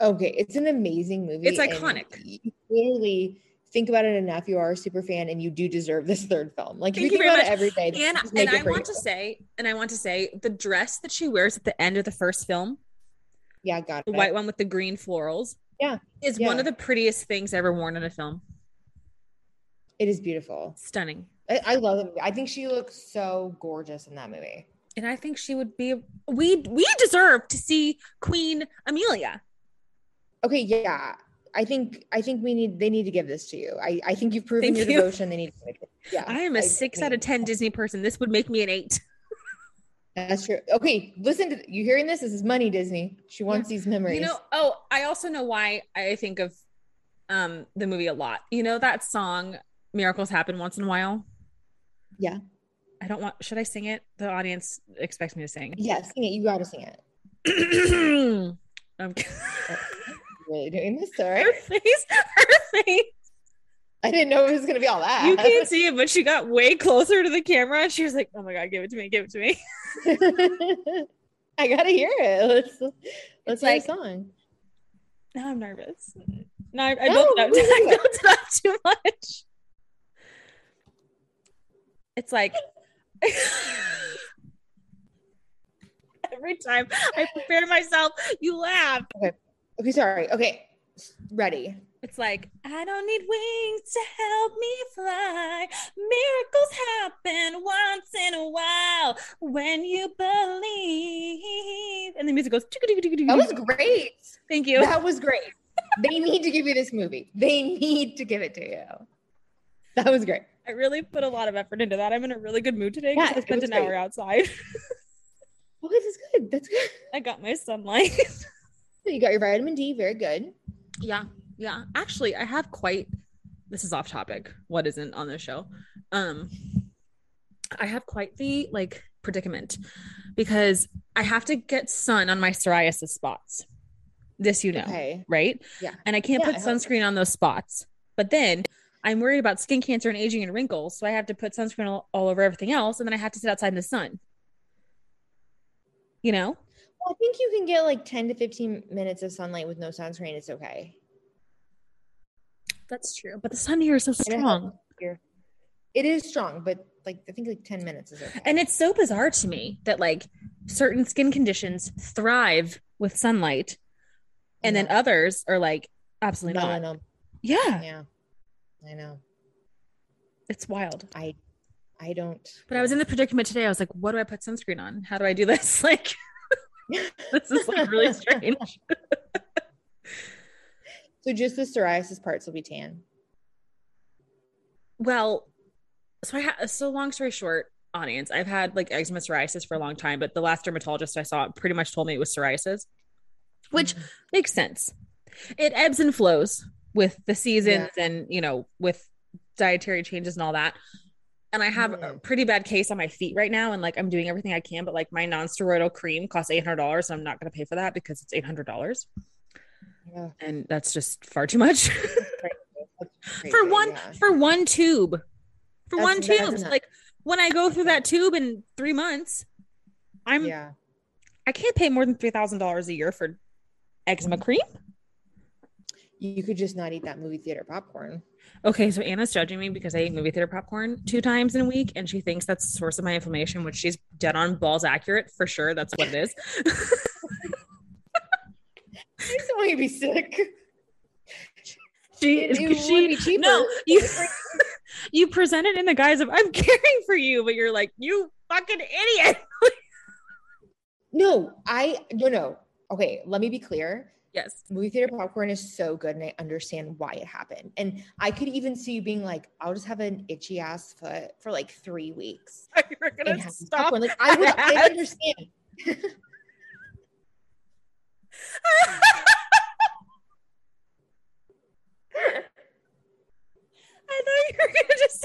S1: okay, it's an amazing movie.
S2: It's
S1: and
S2: iconic.
S1: You clearly think about it enough. You are a super fan, and you do deserve this third film. Like if
S2: Thank
S1: you
S2: you
S1: think
S2: very
S1: about it every day.
S2: And
S1: just
S2: and
S1: make it
S2: I
S1: for
S2: want
S1: you.
S2: to say, and I want to say the dress that she wears at the end of the first film,
S1: yeah, got
S2: the
S1: it.
S2: white one with the green florals.
S1: Yeah.
S2: Is
S1: Yeah.
S2: one of the prettiest things ever worn in a film.
S1: It is beautiful.
S2: Stunning.
S1: I, I love it. I think she looks so gorgeous in that movie.
S2: And I think she would be we we deserve to see Queen Amelia.
S1: Okay, yeah. I think I think we need they need to give this to you. I, I think you've proven
S2: Thank
S1: your
S2: you.
S1: devotion. They need to give it. Yeah.
S2: I am a six out of ten Disney person. This would make me an eight.
S1: That's true. Okay, listen to you hearing this? This is money, Disney. She wants these memories.
S2: You know, oh, I also know why I think of um the movie a lot. You know that song Miracles Happen Once in a While?
S1: Yeah.
S2: I don't want should I sing it? The audience expects me to sing.
S1: yeah, sing it. You gotta sing it.
S2: I'm kidding.
S1: You're really doing this, all
S2: her
S1: right?
S2: face, her face.
S1: I didn't know it was gonna be all that.
S2: You can't see it, but she got way closer to the camera and she was like, Oh my god, give it to me, give it to me.
S1: I gotta hear it. Let's let's
S2: It's
S1: hear
S2: like-
S1: a song.
S2: Now I'm nervous. No, I, I
S1: No,
S2: built it up.
S1: we can
S2: I
S1: do it.
S2: built it up too much. It's like every time I prepare myself, you laugh.
S1: Okay, sorry. Okay. Ready.
S2: It's like I don't need wings to help me fly. Miracles happen once in a while when you believe. And the music goes.
S1: That was great.
S2: Thank you.
S1: That was great. They need to give you this movie. They need to give it to you. That was great.
S2: I really put a lot of effort into that. I'm in a really good mood today
S1: Yeah,
S2: because I
S1: it
S2: spent
S1: was
S2: an hour
S1: great.
S2: outside.
S1: Okay, that's Oh, good. That's good.
S2: I got my sunlight.
S1: You got your vitamin D. Very good.
S2: Yeah. Yeah. Actually, I have quite this is off topic. What isn't on the show? Um I have quite the like predicament because I have to get sun on my psoriasis spots. This you know,
S1: Okay.
S2: right?
S1: Yeah.
S2: And I can't
S1: Yeah,
S2: put
S1: I hope so.
S2: sunscreen on those spots. But then I'm worried about skin cancer and aging and wrinkles, so I have to put sunscreen all, all over everything else and then I have to sit outside in the sun. You know?
S1: Well, I think you can get like 10 to 15 minutes of sunlight with no sunscreen. It's okay.
S2: That's true. But the sun here is so
S1: And it
S2: strong.
S1: helps your- It is strong, but like I think like 10 minutes is okay.
S2: And it's so bizarre to me that like certain skin conditions thrive with sunlight and then others are like absolutely
S1: no,
S2: not.
S1: no,
S2: Yeah,
S1: yeah, I know.
S2: it's wild.
S1: I, I don't.
S2: But I was in the predicament today. I was like, what do I put sunscreen on? How do I do this? Like this is like really strange.
S1: So just the psoriasis parts will be tan.
S2: Well, so I ha- so long story short, audience, I've had like eczema psoriasis for a long time, but the last dermatologist I saw pretty much told me it was psoriasis, which makes sense. It ebbs and flows with the seasons and, you know, with dietary changes and all that. And I have a
S1: Mm.
S2: pretty bad case on my feet right now. And like, I'm doing everything I can, but like, my non steroidal cream costs $800. So I'm not going to pay for that because it's $800.
S1: Mm-hmm. Yeah,
S2: And that's just far too much
S1: that's
S2: for
S1: crazy,
S2: one,
S1: yeah.
S2: for one tube, for
S1: That's-
S2: one
S1: that's
S2: tube.
S1: not-
S2: Like when I go through that tube in three months, I'm,
S1: yeah.
S2: I can't pay more than $3,000 a year for eczema cream.
S1: You could just not eat that movie theater popcorn.
S2: Okay, so Anna's judging me because I eat movie theater popcorn two times in a week, and she thinks that's the source of my inflammation, which she's dead on balls accurate for sure. That's what it is.
S1: I just want you to be sick.
S2: She,
S1: It, it
S2: she-
S1: would be cheaper.
S2: no, you, you present it in the guise of I'm caring for you, but you're like you fucking idiot.
S1: No, I no no. Okay, let me be clear.
S2: Yes,
S1: Movie theater popcorn is so good, and I understand why it happened. And I could even see you being like, "I'll just have an itchy ass foot for like three weeks."
S2: you're
S1: And
S2: gonna
S1: have this
S2: stop.
S1: popcorn. Like I would, I
S2: Yes.
S1: understand.
S2: I thought you were gonna just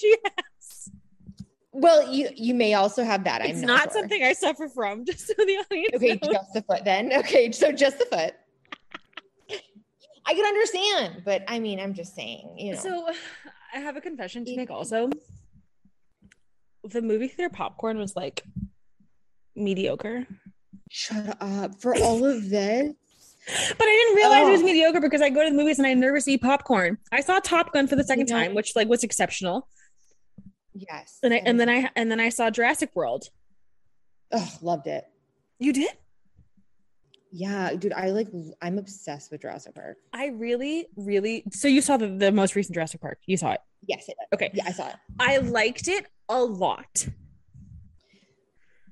S2: say
S1: Well, you you may also have that.
S2: It's
S1: I'm
S2: not,
S1: not, sure.
S2: something I suffer from, just so the audience
S1: Okay,
S2: knows.
S1: just the foot then. Okay, so just the foot. I can understand, but I mean, I'm just saying, you know.
S2: So I have a confession to make also. The movie theater popcorn was like mediocre.
S1: Shut up for all of this.
S2: But I didn't realize it was
S1: Oh.
S2: mediocre because I go to the movies and I never see popcorn. I saw Top Gun for the second
S1: know-
S2: time, which like was exceptional.
S1: Yes.
S2: And I and then I and then I saw Jurassic World.
S1: oh, loved it.
S2: You did?
S1: Yeah, dude, I like I'm obsessed with Jurassic Park.
S2: I really, really so you saw the, the most recent Jurassic Park. You saw it.
S1: Yes, it,
S2: Okay.
S1: yeah, I saw it.
S2: I liked it a lot.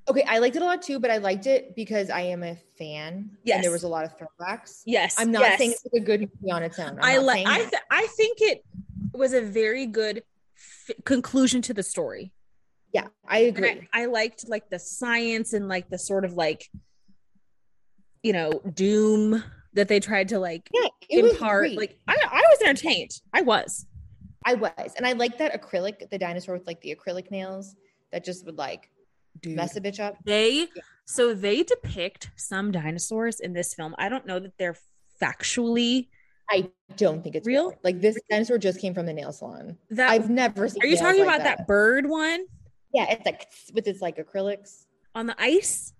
S1: Okay, I liked it a lot too, but I liked it because I am a fan.
S2: Yes.
S1: And there was a lot of throwbacks.
S2: Yes.
S1: I'm not
S2: yes.
S1: saying it's a good movie on its own. I'm
S2: I
S1: not
S2: like
S1: saying
S2: I
S1: that.
S2: th- I think it was a very good f- conclusion to the story.
S1: yeah, I
S2: And
S1: agree.
S2: I, I liked like the science and like the sort of like you know doom that they tried to like
S1: yeah, it was
S2: impart.
S1: great.
S2: Like I I was entertained. I was.
S1: I was, and I like that acrylic, the dinosaur with like the acrylic nails that just would like mess a bitch up.
S2: They so they depict some dinosaurs in this film. I don't know that they're factually
S1: Don't think it's
S2: Real?
S1: Like this dinosaur just came from the nail salon.
S2: that.
S1: I've never seen.
S2: are you
S1: nails
S2: talking
S1: like
S2: about that. bird one
S1: Yeah, it's like with its like acrylics.
S2: on the ice?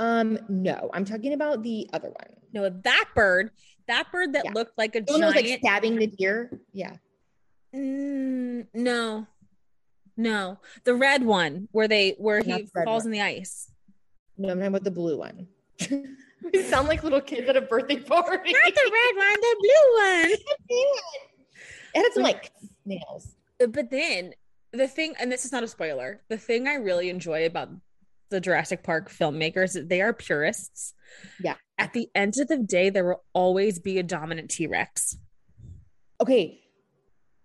S1: Um, no, I'm talking about the other one.
S2: No, that bird. That bird that
S1: Yeah.
S2: looked like a
S1: The one that was like
S2: giant
S1: stabbing the deer. Yeah.
S2: Mm, no, no, the red one where they where
S1: Not
S2: he
S1: the red
S2: falls
S1: one.
S2: in the ice.
S1: No, I'm talking about the blue one. we sound like little kids at a birthday party.
S2: Not the red one, the blue one.
S1: And it's like nails.
S2: Uh, But then the thing, and this is not a spoiler. The thing I really enjoy about the Jurassic Park filmmakers is that they are purists.
S1: Yeah.
S2: At the end of the day, there will always be a dominant T Rex.
S1: Okay.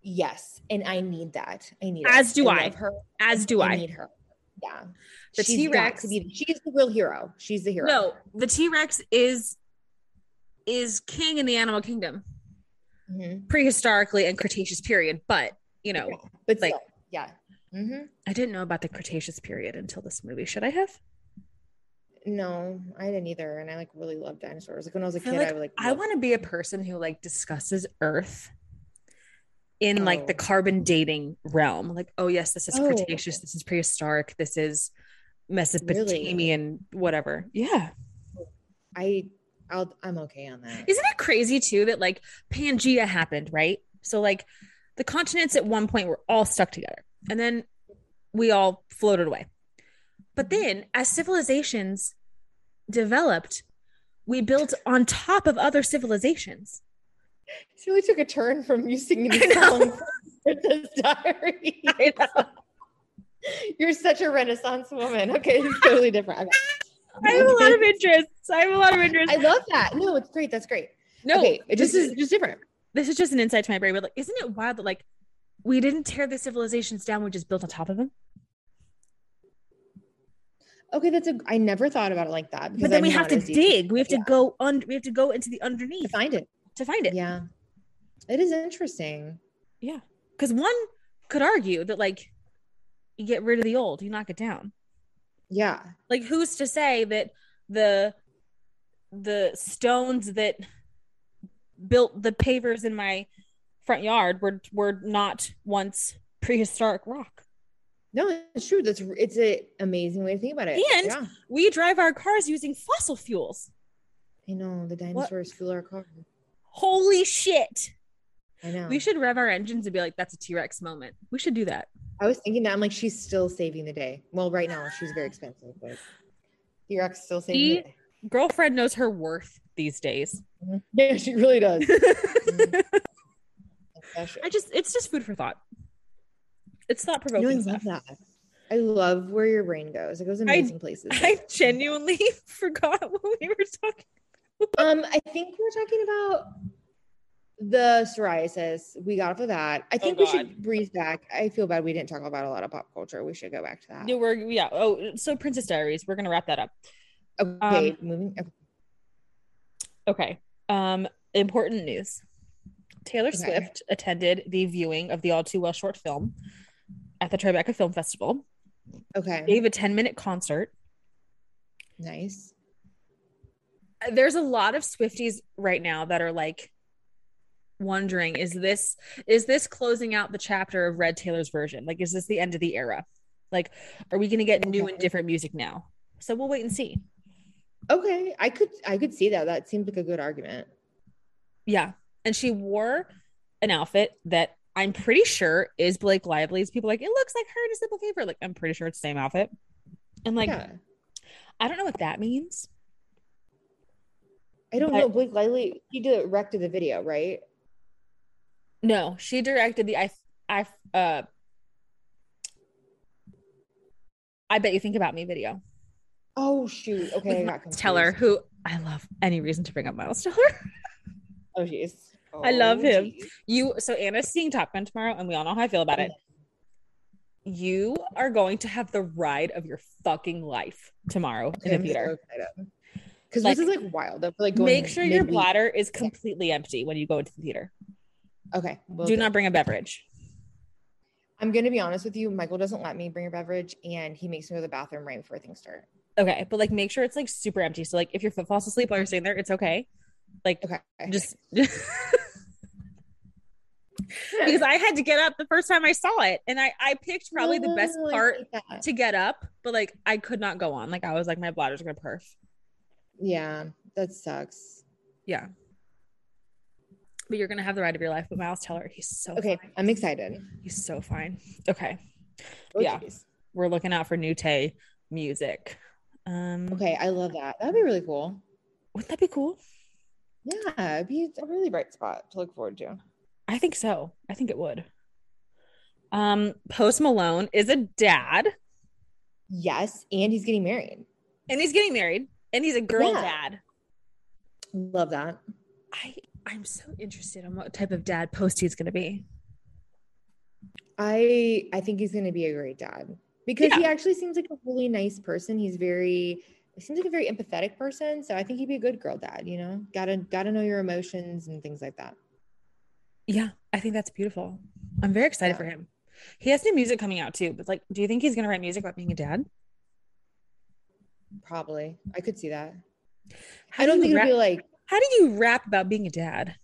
S1: Yes, and I need that. I need it.
S2: As do I.
S1: love her.
S2: As do I.
S1: need her. Yeah.
S2: The
S1: She's got
S2: T-Rex-
S1: to be- She's the real hero. She's the hero.
S2: No, the T Rex is is king in the animal kingdom,
S1: Mhm.
S2: prehistorically and Cretaceous period. But you know,
S1: But
S2: Like-
S1: like, yeah. hmm
S2: I didn't know about the Cretaceous period until this movie. Should I have?
S1: No, I didn't either. And I like really loved dinosaurs. Like when I was a
S2: I feel
S1: kid,
S2: like
S1: I would like.
S2: I
S1: loved-
S2: want to be a person who like discusses Earth in like the
S1: Oh.
S2: carbon dating realm. Like, oh yes, this is
S1: Oh.
S2: Cretaceous. This is prehistoric. This is Mesopotamian. Whatever. Yeah.
S1: I. I'll, I'm okay on that.
S2: Isn't it crazy too that like Pangea happened, right? So like the continents at one point were all stuck together and then we all floated away. But then as civilizations developed, we built on top of other civilizations.
S1: She really took a turn from you singing
S2: I
S1: the
S2: know.
S1: song from Princess Diary. You're such a Renaissance woman. Okay, it's totally different. Okay.
S2: I have a lot of interests. I have a lot of
S1: I
S2: interests.
S1: love that. No, it's great. That's great.
S2: No,
S1: okay, it
S2: this
S1: just
S2: is
S1: is just different.
S2: this is just an insight to my brain, but like, isn't it wild that like we didn't tear the civilizations down, we just built on top of them?
S1: Okay, that's a. I never thought about it like that.
S2: But
S1: because
S2: then
S1: I'm
S2: we have
S1: not
S2: to
S1: as deep
S2: dig. We have to
S1: Yeah.
S2: go under. We have to go into the
S1: to
S2: underneath
S1: find it.
S2: to find it.
S1: Yeah, it is interesting.
S2: Yeah. Because one could argue that, like, you get rid of the old, you knock it down.
S1: Yeah,
S2: Like, who's to say that the the stones that built the pavers in my front yard were were not once prehistoric rock?
S1: no, it's true. That's it's a amazing way to think about it.
S2: And-
S1: yeah,
S2: We drive our cars using fossil fuels.
S1: I know the dinosaurs fuel our car.
S2: Holy shit.
S1: I know.
S2: We should rev our engines and be like, that's a T Rex moment. We should do that.
S1: I was thinking that I'm like she's still saving the day. Well, right now she's very expensive, but T Rex still saving.
S2: She-
S1: the day.
S2: Girlfriend knows her worth these days.
S1: Mhm. Yeah, she really does. Mhm.
S2: I just it's just food for thought. It's thought
S1: No, I
S2: provoking
S1: love
S2: stuff.
S1: that. I love where your brain goes. It goes amazing places.
S2: I genuinely forgot what we were talking.
S1: um, I think we're talking about the psoriasis. We got off of that.
S2: Oh,
S1: I think we should breeze back. I feel bad we didn't talk about a lot of pop culture. We should go back to that.
S2: No, we're yeah. Oh, so Princess Diaries. We're gonna wrap that up.
S1: Okay,
S2: um,
S1: moving. Okay.
S2: Okay. Um, important news. Taylor
S1: Okay.
S2: Swift attended the viewing of the All Too Well short film at the Tribeca Film Festival.
S1: Okay.
S2: Gave a 10 minute concert.
S1: Nice.
S2: There's a lot of Swifties right now that are like wondering is this is this closing out the chapter of Red Taylor's version? Like is this the end of the era? Like are we going to get new and different music now? So we'll wait and see.
S1: Okay. I could I could see that. That seems like a good argument.
S2: Yeah. And she wore an outfit that I'm pretty sure is Blake Lively's. People are like, it looks like her and a simple favor. Like, I'm pretty sure it's the same outfit. And like,
S1: yeah.
S2: I don't know what that means.
S1: I don't
S2: but-
S1: know. Blake Lively, he directed the video, right?
S2: No, she directed the I I uh I bet you think about me video.
S1: Oh shoot. Okay. I
S2: with
S1: got
S2: Miles
S1: confused.
S2: Teller, who I love any reason to bring up Miles Teller.
S1: Oh jeez.
S2: I love
S1: Oh,
S2: him.
S1: jeez.
S2: You so Anna's seeing Top Gun tomorrow, and we all know how I feel about it. You are going to have the ride of your fucking life tomorrow in the
S1: I'm
S2: theater.
S1: so excited. Cause
S2: Like,
S1: this is like wild. They're, like going
S2: Make sure your
S1: midweek.
S2: bladder is completely empty when you go into the theater.
S1: Okay. will
S2: Do
S1: do.
S2: not bring a beverage.
S1: I'm gonna be honest with you. Michael doesn't let me bring a beverage, and he makes me go to the bathroom right before things start.
S2: Okay, but like make sure it's like super empty. So like if your foot falls asleep while you're sitting there, it's okay. Like
S1: Okay.
S2: just because I had to get up the first time I saw it, and I I picked probably the best
S1: Oh, I
S2: part
S1: hate that.
S2: to get up, but like I could not go on. Like I was like my bladder's gonna perf.
S1: Yeah, that sucks.
S2: Yeah. But you're gonna have the ride of your life. But Miles Teller, he's so
S1: Okay,
S2: fine.
S1: I'm excited.
S2: He's so fine. Okay,
S1: Oh,
S2: Yeah.
S1: jeez.
S2: we're looking out for new Tay music. Um,
S1: Okay, I love that. That'd be really cool.
S2: wouldn't that be cool?
S1: Yeah, it'd be a really bright spot to look forward to.
S2: I think so. I think it would. Um, Post Malone is a dad
S1: Yes, and he's getting married.
S2: and he's getting married and he's a girl
S1: Yeah.
S2: dad.
S1: Love that.
S2: I I'm so interested on what type of dad Post he's gonna be.
S1: I I think he's going to be a great dad because he actually seems like a really nice person. He's very he seems like a very empathetic person, so I think he'd be a good girl dad, you know? Got to got to know your emotions and things like that.
S2: Yeah, I think that's beautiful. I'm very excited
S1: Yeah.
S2: for him. He has new music coming out too, but like, do you think he's gonna write music about being a dad?
S1: Probably. I could see that.
S2: How
S1: I
S2: do
S1: don't
S2: you
S1: think it'd
S2: rap-
S1: be like
S2: How do you rap about being a dad?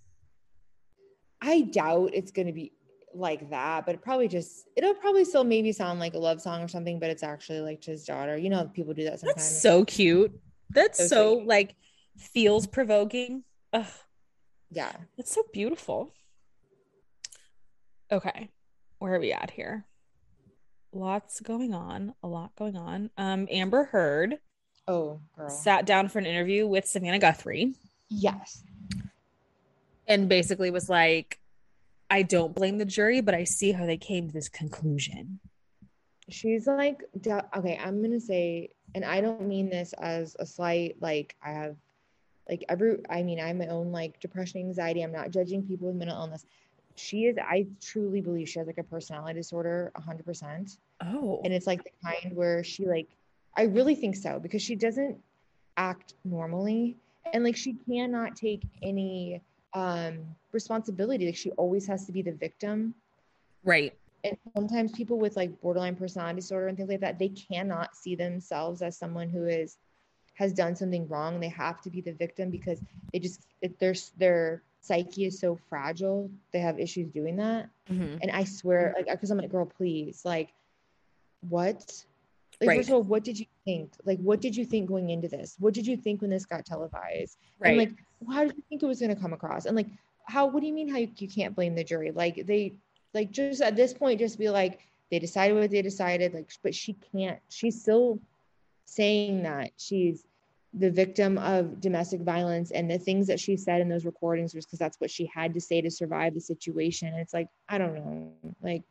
S1: I doubt it's going to be like that, but it probably just it'll probably still maybe sound like a love song or something, but it's actually like to his daughter. You know, people do that
S2: That's
S1: sometimes.
S2: so cute. That's so,
S1: So sweet.
S2: like feels provoking. Ugh,
S1: yeah.
S2: that's so beautiful. Okay, where are we at here? Lots going on, a lot going on. Um, Amber Heard
S1: Oh, girl.
S2: sat down for an interview with Savannah Guthrie.
S1: yes.
S2: and basically was like, I don't blame the jury, but I see how they came to this conclusion.
S1: She's like, da- okay, I'm gonna say, and I don't mean this as a slight, like, I have, like, every, I mean, I have my own, like, depression, anxiety. I'm not judging people with mental illness. She is, I truly believe she has, like, a personality disorder 100%.
S2: Oh,
S1: And it's, like, the kind where she, like, I really think so because she doesn't act normally. And, like, she cannot take any um, responsibility. Like, she always has to be the victim
S2: right.
S1: and sometimes people with like borderline personality disorder and things like that they cannot see themselves as someone who is has done something wrong they have to be the victim because they just it, their their psyche is so fragile they have issues doing that and i swear like because i'm like girl please like what like
S2: Right.
S1: first of all what did you think like what did you think going into this what did you think when this got televised
S2: Right.
S1: and like how did you think it was going to come across and like how what do you mean how you, you can't blame the jury like they like just at this point just be like they decided what they decided like but she can't she's still saying that she's the victim of domestic violence and the things that she said in those recordings was because that's what she had to say to survive the situation and it's like i don't know like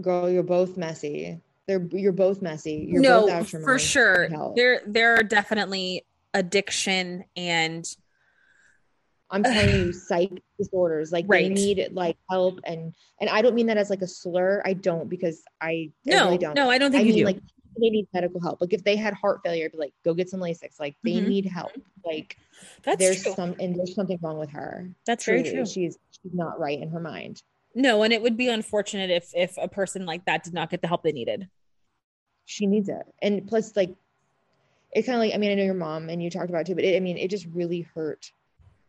S1: girl you're both messy they're you're both messy you're both
S2: no,
S1: out your
S2: for
S1: mind.
S2: sure.
S1: hell.
S2: There, there are definitely addiction and
S1: I'm telling you, psych disorders like
S2: Right.
S1: they need like help, and and I don't mean that as like a slur. I don't because I I
S2: no,
S1: really don't.
S2: no, I don't
S1: I
S2: think you
S1: mean
S2: do.
S1: like they need medical help. Like if they had heart failure, I'd be like go get some Lasix. Like they
S2: Mhm.
S1: need help. Like
S2: That's
S1: there's
S2: true.
S1: some and there's something wrong with her.
S2: That's very
S1: Truly,
S2: true.
S1: She's she's not right in her mind.
S2: No, and it would be unfortunate if if a person like that did not get the help they needed.
S1: She needs it. And plus, like, it's kind of like, I mean, I know your mom and you talked about it too, but it, I mean, it just really hurt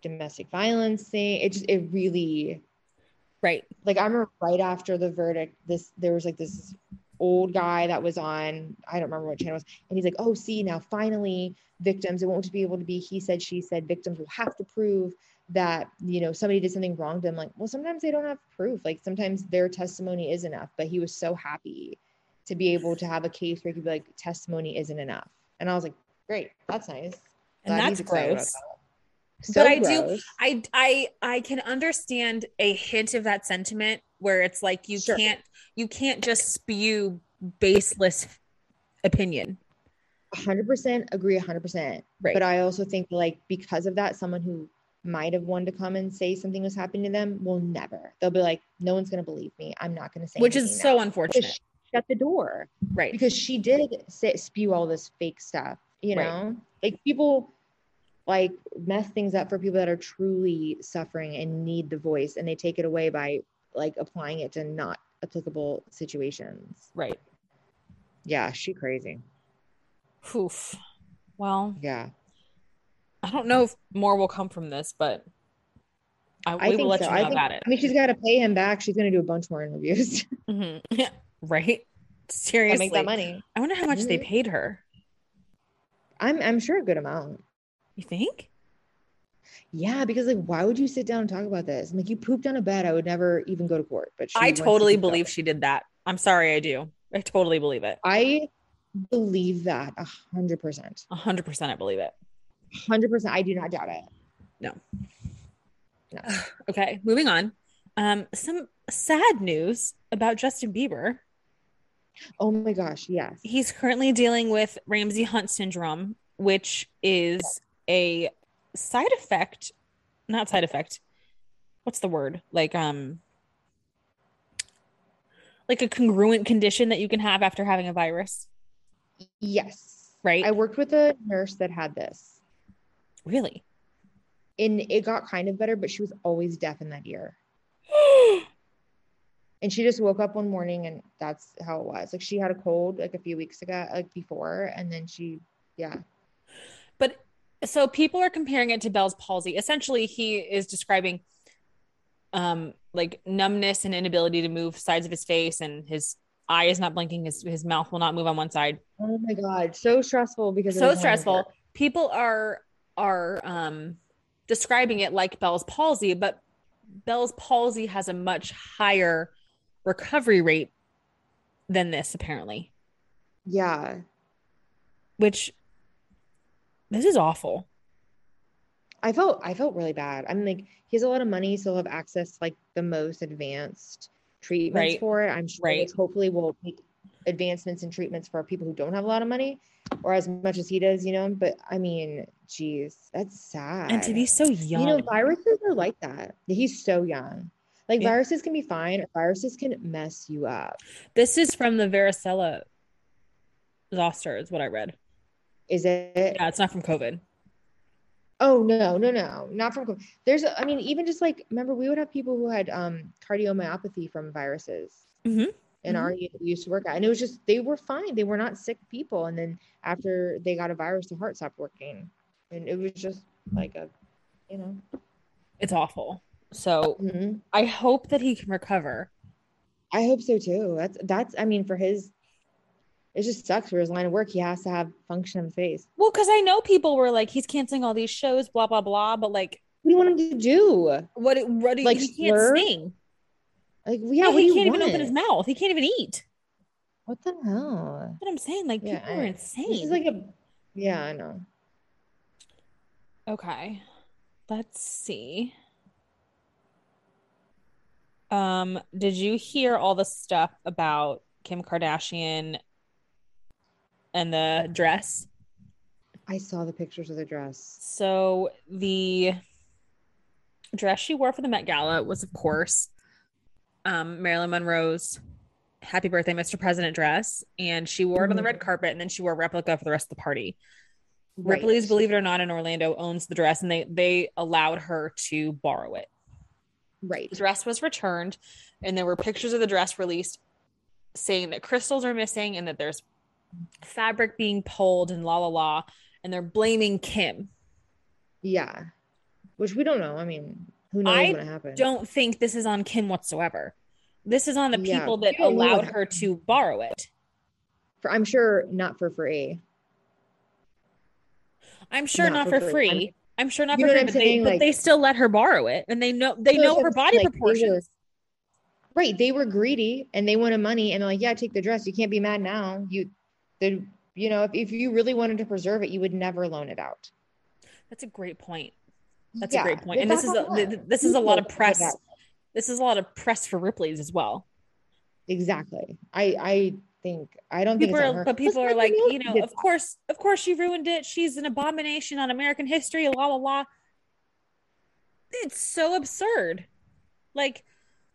S1: domestic violence thing. It just, it really,
S2: Right.
S1: like I remember right after the verdict, this there was like this old guy that was on, I don't remember what channel it was, and he's like, Oh, see, now finally victims, it won't just be able to be he said, she said, victims will have to prove that, you know, somebody did something wrong to them. Like, well, sometimes they don't have proof. Like sometimes their testimony is enough. But he was so happy to be able to have a case where he could be like, testimony isn't enough. And I was like, Great, that's nice.
S2: And
S1: Glad he's
S2: that's
S1: excited about
S2: gross.
S1: that. So
S2: But I do-
S1: gross.
S2: I I I can understand a hint of that sentiment where it's like you
S1: Sure.
S2: can't you can't just spew baseless opinion.
S1: 100% agree 100%.
S2: Right.
S1: But I also think like because of that, someone who might have wanted to come and say something was happening to them will never. They'll be like, no one's gonna believe me. I'm not gonna say.
S2: Which is
S1: anything now."
S2: so
S1: Because
S2: unfortunate.
S1: she shut the door
S2: right.
S1: because she did say, spew all this fake stuff. You know,
S2: Right.
S1: like people like mess things up for people that are truly suffering and need the voice, and they take it away by like applying it to not applicable situations.
S2: Right.
S1: Yeah, she crazy.
S2: Oof. Well,
S1: Yeah,
S2: I don't know if more will come from this, but I,
S1: I
S2: we will
S1: think
S2: let
S1: so.
S2: you know
S1: I think.
S2: about it.
S1: I mean, she's got to pay him back. She's gonna do a bunch more interviews.
S2: Mhm. right.
S1: I
S2: Seriously.
S1: make that money.
S2: I wonder how much they
S1: Mhm.
S2: paid her.
S1: I'm I'm sure a good amount.
S2: You think?
S1: Yeah, because like, why would you sit down and talk about this? I'm like, you pooped on a bed. I would never even go to court. But she
S2: I
S1: wants to
S2: totally
S1: keep going.
S2: believe she did that. I'm sorry, I do. I totally believe it.
S1: I believe that a hundred percent,
S2: A hundred percent, I believe it.
S1: A hundred percent. I do not doubt it.
S2: Okay, moving on. Um, some sad news about Justin Bieber.
S1: Oh my gosh, yes.
S2: He's currently dealing with Ramsey Hunt syndrome, which is a side effect, not side effect. What's the word? Like um like a congruent condition that you can have after having a virus.
S1: Yes,
S2: Right.
S1: I worked with a nurse that had this,
S2: Really?
S1: and it got kind of better, but she was always deaf in that ear. and she just woke up one morning and that's how it was like she had a cold like a few weeks ago like before and then she yeah
S2: But so people are comparing it to Bell's palsy. Essentially, he is describing um like numbness and inability to move sides of his face and his eye is not blinking, his his mouth will not move on one side.
S1: oh my god so stressful because of
S2: So
S1: his line of work.
S2: stressful. People are are um describing it like Bell's palsy, but Bell's palsy has a much higher recovery rate than this apparently,
S1: yeah
S2: which this is awful.
S1: i felt i felt really bad i'm like he has a lot of money so he'll have access to like the most advanced treatments
S2: Right.
S1: for it i'm sure
S2: Right.
S1: which hopefully will make advancements and treatments for people who don't have a lot of money or as much as he does you know but i mean geez that's sad
S2: And to be so young.
S1: You know, viruses are like that. He's so young. Like
S2: Yeah.
S1: viruses can be fine, or viruses can mess you up.
S2: This is from the varicella zoster, is what I read.
S1: Is it?
S2: Yeah, it's not from COVID.
S1: Oh no, no, no, not from. COVID. There's, a- I mean, even just like remember, we would have people who had um cardiomyopathy from viruses.
S2: Mhm.
S1: And our unit we used to work at, and it was just they were fine. They were not sick people. And then after they got a virus, their heart stopped working, and it was just like a, you know.
S2: It's awful. So
S1: Mhm.
S2: I hope that he can recover.
S1: I hope so too. That's that's. I mean, for his, it just sucks for his line of work. He has to have function of face.
S2: Well, because I know people were like, he's canceling all these shows, blah blah blah. But like,
S1: What do you want him to do?
S2: what? What? Do,
S1: Like
S2: he can't
S1: slur?
S2: sing.
S1: Like, yeah, what do
S2: he
S1: you
S2: can't
S1: want?
S2: even open his mouth. He can't even eat.
S1: What the hell?
S2: That's what I'm saying. Like,
S1: Yeah,
S2: people are
S1: I-
S2: insane.
S1: This is like a, yeah, I know.
S2: Okay. Let's see. Um, did you hear all the stuff about Kim Kardashian and the dress?
S1: I saw the pictures of the dress.
S2: So the dress she wore for the Met Gala was, of course, um, Marilyn Monroe's Happy Birthday, Mr. President dress. And she wore it on the
S1: Mhm.
S2: red carpet and then she wore a replica for the rest of the party. Ripley's, believe it or not, in Orlando owns the dress and they they allowed her to borrow it.
S1: Right.
S2: The dress was returned, and there were pictures of the dress released saying that crystals are missing and that there's fabric being pulled and la la la. And they're blaming Kim.
S1: Yeah. Which we don't know. I mean, who knows
S2: I
S1: what happened?
S2: Don't think this is on Kim whatsoever. This is on the
S1: Yeah,
S2: people
S1: we
S2: that
S1: don't know what
S2: allowed her to borrow it.
S1: For, I'm sure not for free.
S2: I'm sure not, for free. I'm, sure not
S1: You know
S2: for free,
S1: what
S2: but,
S1: I'm
S2: they,
S1: saying?
S2: but
S1: Like-
S2: they still let her borrow it, and they know they
S1: So
S2: know
S1: it's
S2: her
S1: like-
S2: body
S1: like, they
S2: proportions.
S1: Right. They were greedy and they wanted money and they're like, yeah, take the dress. You can't be mad now. You, the, you know, if, if you really wanted to preserve it, you would never loan it out.
S2: That's a great point. That's
S1: Yeah,
S2: a great
S1: but
S2: point. And this
S1: that's
S2: is
S1: not
S2: a, th-
S1: fair.
S2: th- this is a
S1: You
S2: lot
S1: know
S2: of
S1: that-
S2: press. This is a lot of press for Ripley's as well.
S1: Exactly. I, I think, I don't
S2: People
S1: think it's on
S2: are,
S1: her.
S2: but people
S1: Let's
S2: are
S1: make
S2: like,
S1: a note
S2: you know,
S1: that-
S2: of course, of course, she ruined it. She's an abomination on American history. La la la. It's so absurd. Like,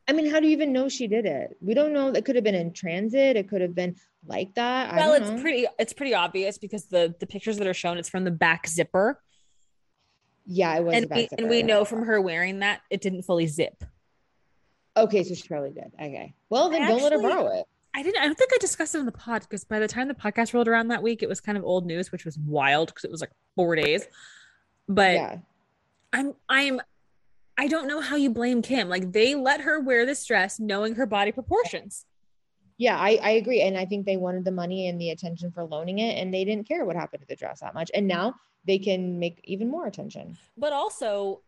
S1: I mean, how do you even know she did it? We don't know. It could have been in transit. It could have been like that. I
S2: well,
S1: don't
S2: it's
S1: know.
S2: pretty, it's pretty obvious because the the pictures that are shown, it's from the back zipper,
S1: Yeah, it was.
S2: and
S1: a
S2: we,
S1: back
S2: and
S1: zipper,
S2: we
S1: yeah.
S2: know from her wearing that it didn't fully zip.
S1: Okay, so she probably did. Okay. Well, then
S2: I
S1: don't let her
S2: actually-
S1: borrow it.
S2: I didn't. I don't think I discussed it on the pod because by the time the podcast rolled around that week, it was kind of old news, which was wild because it was like four days. But
S1: yeah.
S2: I'm, I'm, I don't know how you blame Kim. Like they let her wear this dress, knowing her body proportions.
S1: Yeah, I, I agree. And I think they wanted the money and the attention for loaning it, and they didn't care what happened to the dress that much. And now they can make even more attention.
S2: But also,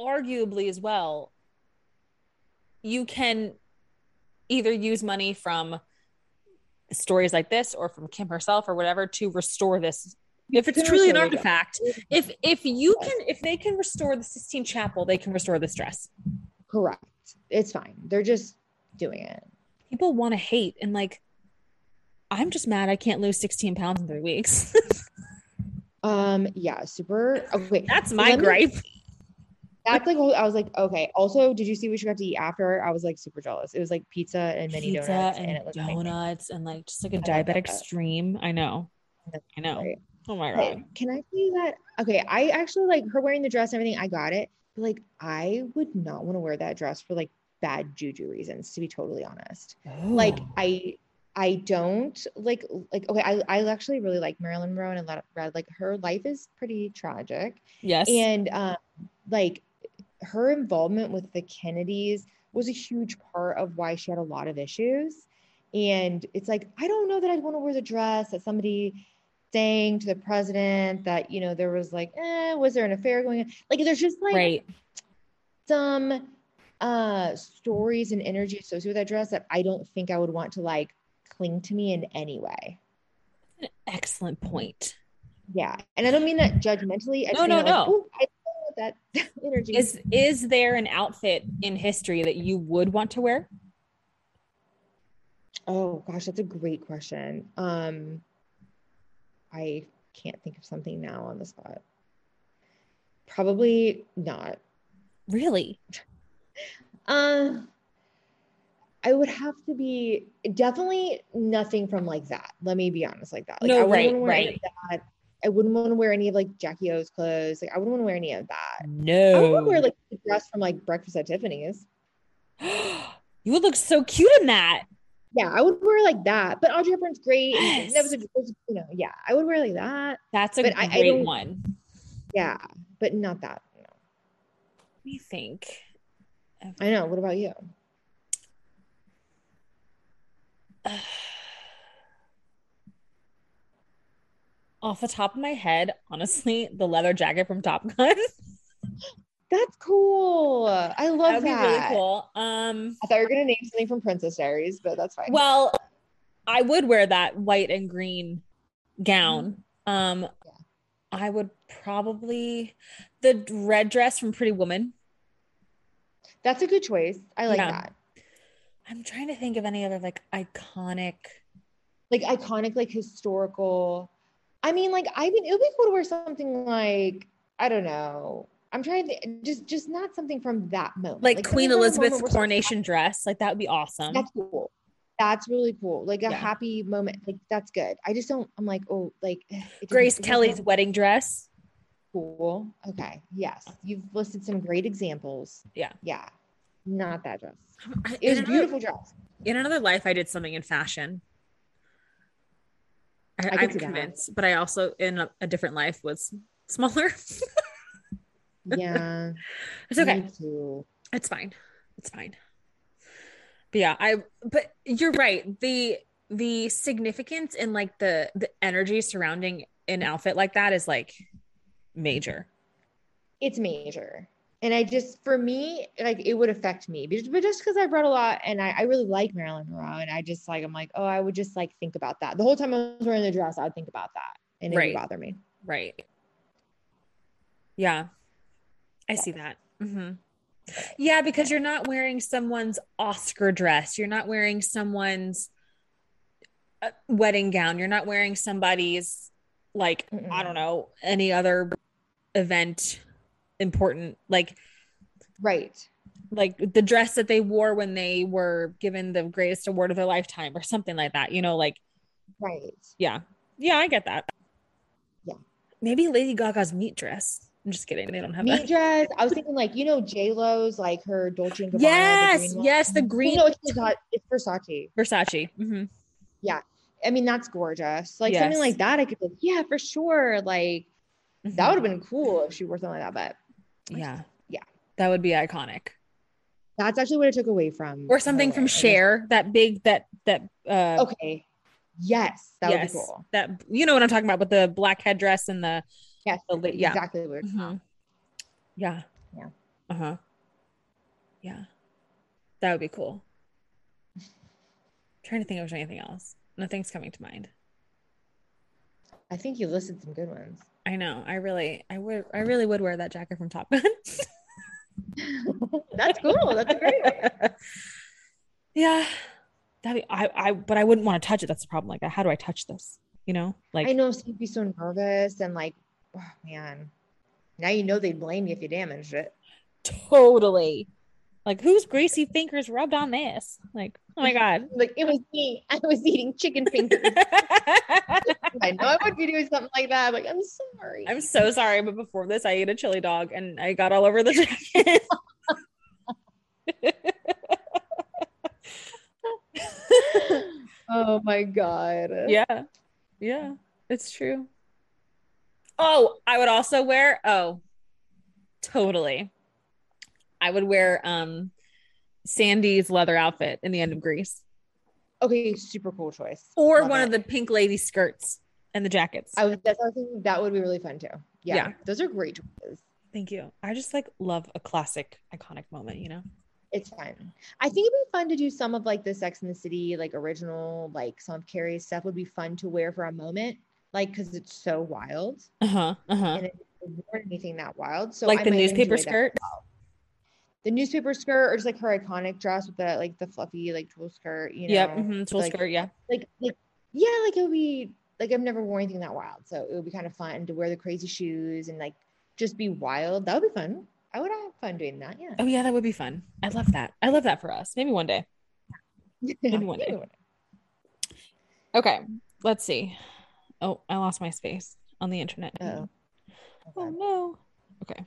S2: arguably as well, you can either use money from stories like this or from Kim herself or whatever to restore this. If it's
S1: Sooner or
S2: truly an
S1: later, yeah.
S2: artifact, if if you can if they can restore the Sistine Chapel, they can restore this dress.
S1: Correct. It's fine. They're just doing it.
S2: People want to hate and like I'm just mad I can't lose 16 pounds in three weeks.
S1: Um, yeah, super. Okay.
S2: That's
S1: so
S2: my
S1: let me-
S2: gripe.
S1: That's like, I was like, okay. Also, did you see what you got to eat after? I was like super jealous. It was like pizza and mini
S2: Pizza
S1: donuts.
S2: and,
S1: it looked amazing.
S2: donuts and like just like a
S1: I love
S2: diabetic
S1: that.
S2: stream. I know.
S1: That's
S2: I know.
S1: great.
S2: Oh my
S1: Hey,
S2: god.
S1: Can I tell you that? Okay, I actually like her wearing the dress and everything. I got it. But like, I would not want to wear that dress for like bad juju reasons, to be totally honest. Like, I. I don't like like okay. I, I actually really like Marilyn Monroe and a lot of Brad. Like her life is pretty tragic,
S2: yes.
S1: and um, like her involvement with the Kennedys was a huge part of why she had a lot of issues. And it's like, I don't know that I'd want to wear the dress that somebody saying to the president that, you know, there was like, eh, was there an affair going on? Like, there's just like
S2: right.
S1: some uh stories and energy associated with that dress that I don't think I would want to like cling to me in any way.
S2: Excellent point.
S1: Yeah. And I don't mean that judgmentally. I just
S2: No,
S1: mean
S2: no,
S1: that, like,
S2: no.
S1: "Ooh, I don't want that energy.
S2: Is is there an outfit in history that you would want to wear?
S1: Oh gosh, that's a great question. Um, I can't think of something now on the spot. Probably not.
S2: Really?
S1: Uh, I would have to be definitely nothing from like that. Let me be honest, like that. Like
S2: No,
S1: I wouldn't
S2: right,
S1: wanna wear any of that. I wouldn't want to wear any of like Jackie O's clothes. Like I wouldn't want to wear any of that. I would
S2: No.
S1: want to wear like the dress from like Breakfast at Tiffany's.
S2: you would look so cute in that.
S1: Yeah, I would wear like that. But Audrey Hepburn's great. and That was a,
S2: Yes.
S1: you know, yeah, I would wear like that.
S2: That's a
S1: But I- I
S2: great
S1: don't-
S2: one.
S1: Yeah, but not that. No.
S2: We think.
S1: I know. What about you?
S2: Off the top of my head, honestly, the leather jacket from Top Gun.
S1: That's cool. I love
S2: would be
S1: that.
S2: really cool. Um,
S1: I thought you were gonna name something from Princess Diaries, but that's fine.
S2: well, I would wear that white and green gown. Um,
S1: Yeah.
S2: I would probably the red dress from Pretty Woman.
S1: that's a good choice. I like
S2: Yeah.
S1: that.
S2: I'm trying to think of any other like iconic.
S1: Like iconic, like historical. I mean, like I mean, it would be cool to wear something like I don't know. I'm trying to think, just just not something from that moment.
S2: Like,
S1: something from
S2: Queen
S1: a
S2: Elizabeth's
S1: moment where something
S2: coronation dress, like that would be awesome.
S1: that's cool. That's really cool. Like a
S2: Yeah.
S1: happy moment. Like that's good. I just don't. I'm like, oh, like eh, it didn't- it
S2: Grace
S1: didn't
S2: Kelly's
S1: sound
S2: wedding dress.
S1: Cool. Okay. Yes. You've listed some great examples.
S2: Yeah.
S1: Yeah. not that dress.
S2: I-
S1: It was a
S2: in another-
S1: beautiful dress.
S2: in another life i did something in fashion I,
S1: could
S2: I am
S1: see that.
S2: convinced but i also in a, a different life was smaller it's
S1: Yeah.
S2: okay
S1: Me too.
S2: it's fine it's fine but yeah i but you're right the the significance and like the the energy surrounding an outfit like that is like major
S1: It's major. And I just, for me, like it would affect me, but but just because I read a lot and I, I really like Marilyn Monroe, and I just like, I'm like, oh, I would just like think about that. The whole time I was wearing the dress, I would think about that and it
S2: Right.
S1: would bother me.
S2: right yeah i see that hmm yeah because you're not wearing someone's oscar dress you're not wearing someone's uh, wedding gown you're not wearing somebody's like i
S1: Mm-mm.
S2: don't know any other event important like
S1: Right.
S2: like the dress that they wore when they were given the greatest award of their lifetime or something like that you know like
S1: Right.
S2: yeah yeah i get that
S1: Yeah.
S2: maybe lady gaga's meat dress i'm just kidding they don't have
S1: Meat
S2: that
S1: dress. I was thinking, like, you know, J Lo's, like her Dolce and Gabbana. the
S2: yes
S1: green one.
S2: yes the
S1: Well,
S2: green
S1: No, it's Versa- it's Versace.
S2: versace hmm
S1: I mean, that's gorgeous. Like
S2: Yes.
S1: something like that, I could be like, yeah, for sure. Like that would have been cool if she wore something like that. Or
S2: mm-hmm. yeah
S1: yeah.
S2: that would be iconic
S1: But that's actually what I took away from.
S2: or something
S1: her
S2: from
S1: life. I just-
S2: Cher, that big that that uh
S1: Okay. Yes, that
S2: yes,
S1: would be cool.
S2: that you know what I'm talking about with the black headdress and the
S1: Yes,
S2: the la- yeah
S1: exactly what we were talking about.
S2: Mhm. yeah
S1: Yeah.
S2: uh huh yeah that would be cool. trying to think of anything else. Nothing's coming to mind.
S1: I think you listed some good ones.
S2: I know. I really, I would, I really would wear that jacket from Top Gun.
S1: That's cool. That's a great. one.
S2: yeah, that would I, I, but I wouldn't want to touch it. That's the problem. Like, how do I touch this? You know, like
S1: I know so you'd be so nervous and like, oh man. Now you know they'd blame you if you damaged it.
S2: totally. Like, whose greasy fingers rubbed on this? Like, oh my god.
S1: Like it was me. I was eating chicken fingers. I know I would be doing something like that. Like I'm sorry.
S2: I'm so sorry, but before this, I ate a chili dog and I got all over the jacket.
S1: oh my god.
S2: yeah, yeah, it's true. Oh, I would also wear. Oh, totally. I would wear um Sandy's leather outfit in the end of Grease,
S1: Okay, super cool choice.
S2: or
S1: Love
S2: one of
S1: it.
S2: the pink lady skirts and the jackets.
S1: I was that's what I was thinking that would be really fun too. Yeah,
S2: Yeah.
S1: those are great choices.
S2: Thank you. I just like love a classic, iconic moment. You know.
S1: It's fun. I think it'd be fun to do some of like the Sex in the City like original like some of Carrie's stuff would be fun to wear for a moment, like because it's so wild.
S2: Uh huh. Uh huh.
S1: And it doesn't wear anything that wild. So
S2: Like
S1: I
S2: the
S1: might
S2: newspaper
S1: enjoy that.
S2: skirt.
S1: the newspaper skirt, or just like her iconic dress with the like the fluffy like tulle skirt. You know,
S2: Yep. hmm Tulle
S1: like-
S2: skirt. Yeah.
S1: like like yeah like it would be like i've never worn anything that wild so it would be kind of fun to wear the crazy shoes and like just be wild that would be fun i would have fun doing that yeah
S2: Oh yeah, that would be fun. I love that. I love that for us. Maybe one day.
S1: Yeah,
S2: one day.
S1: maybe one
S2: Okay, let's see. Oh, I lost my space on the internet.
S1: day. Uh-oh.
S2: Oh
S1: Okay.
S2: no. Okay.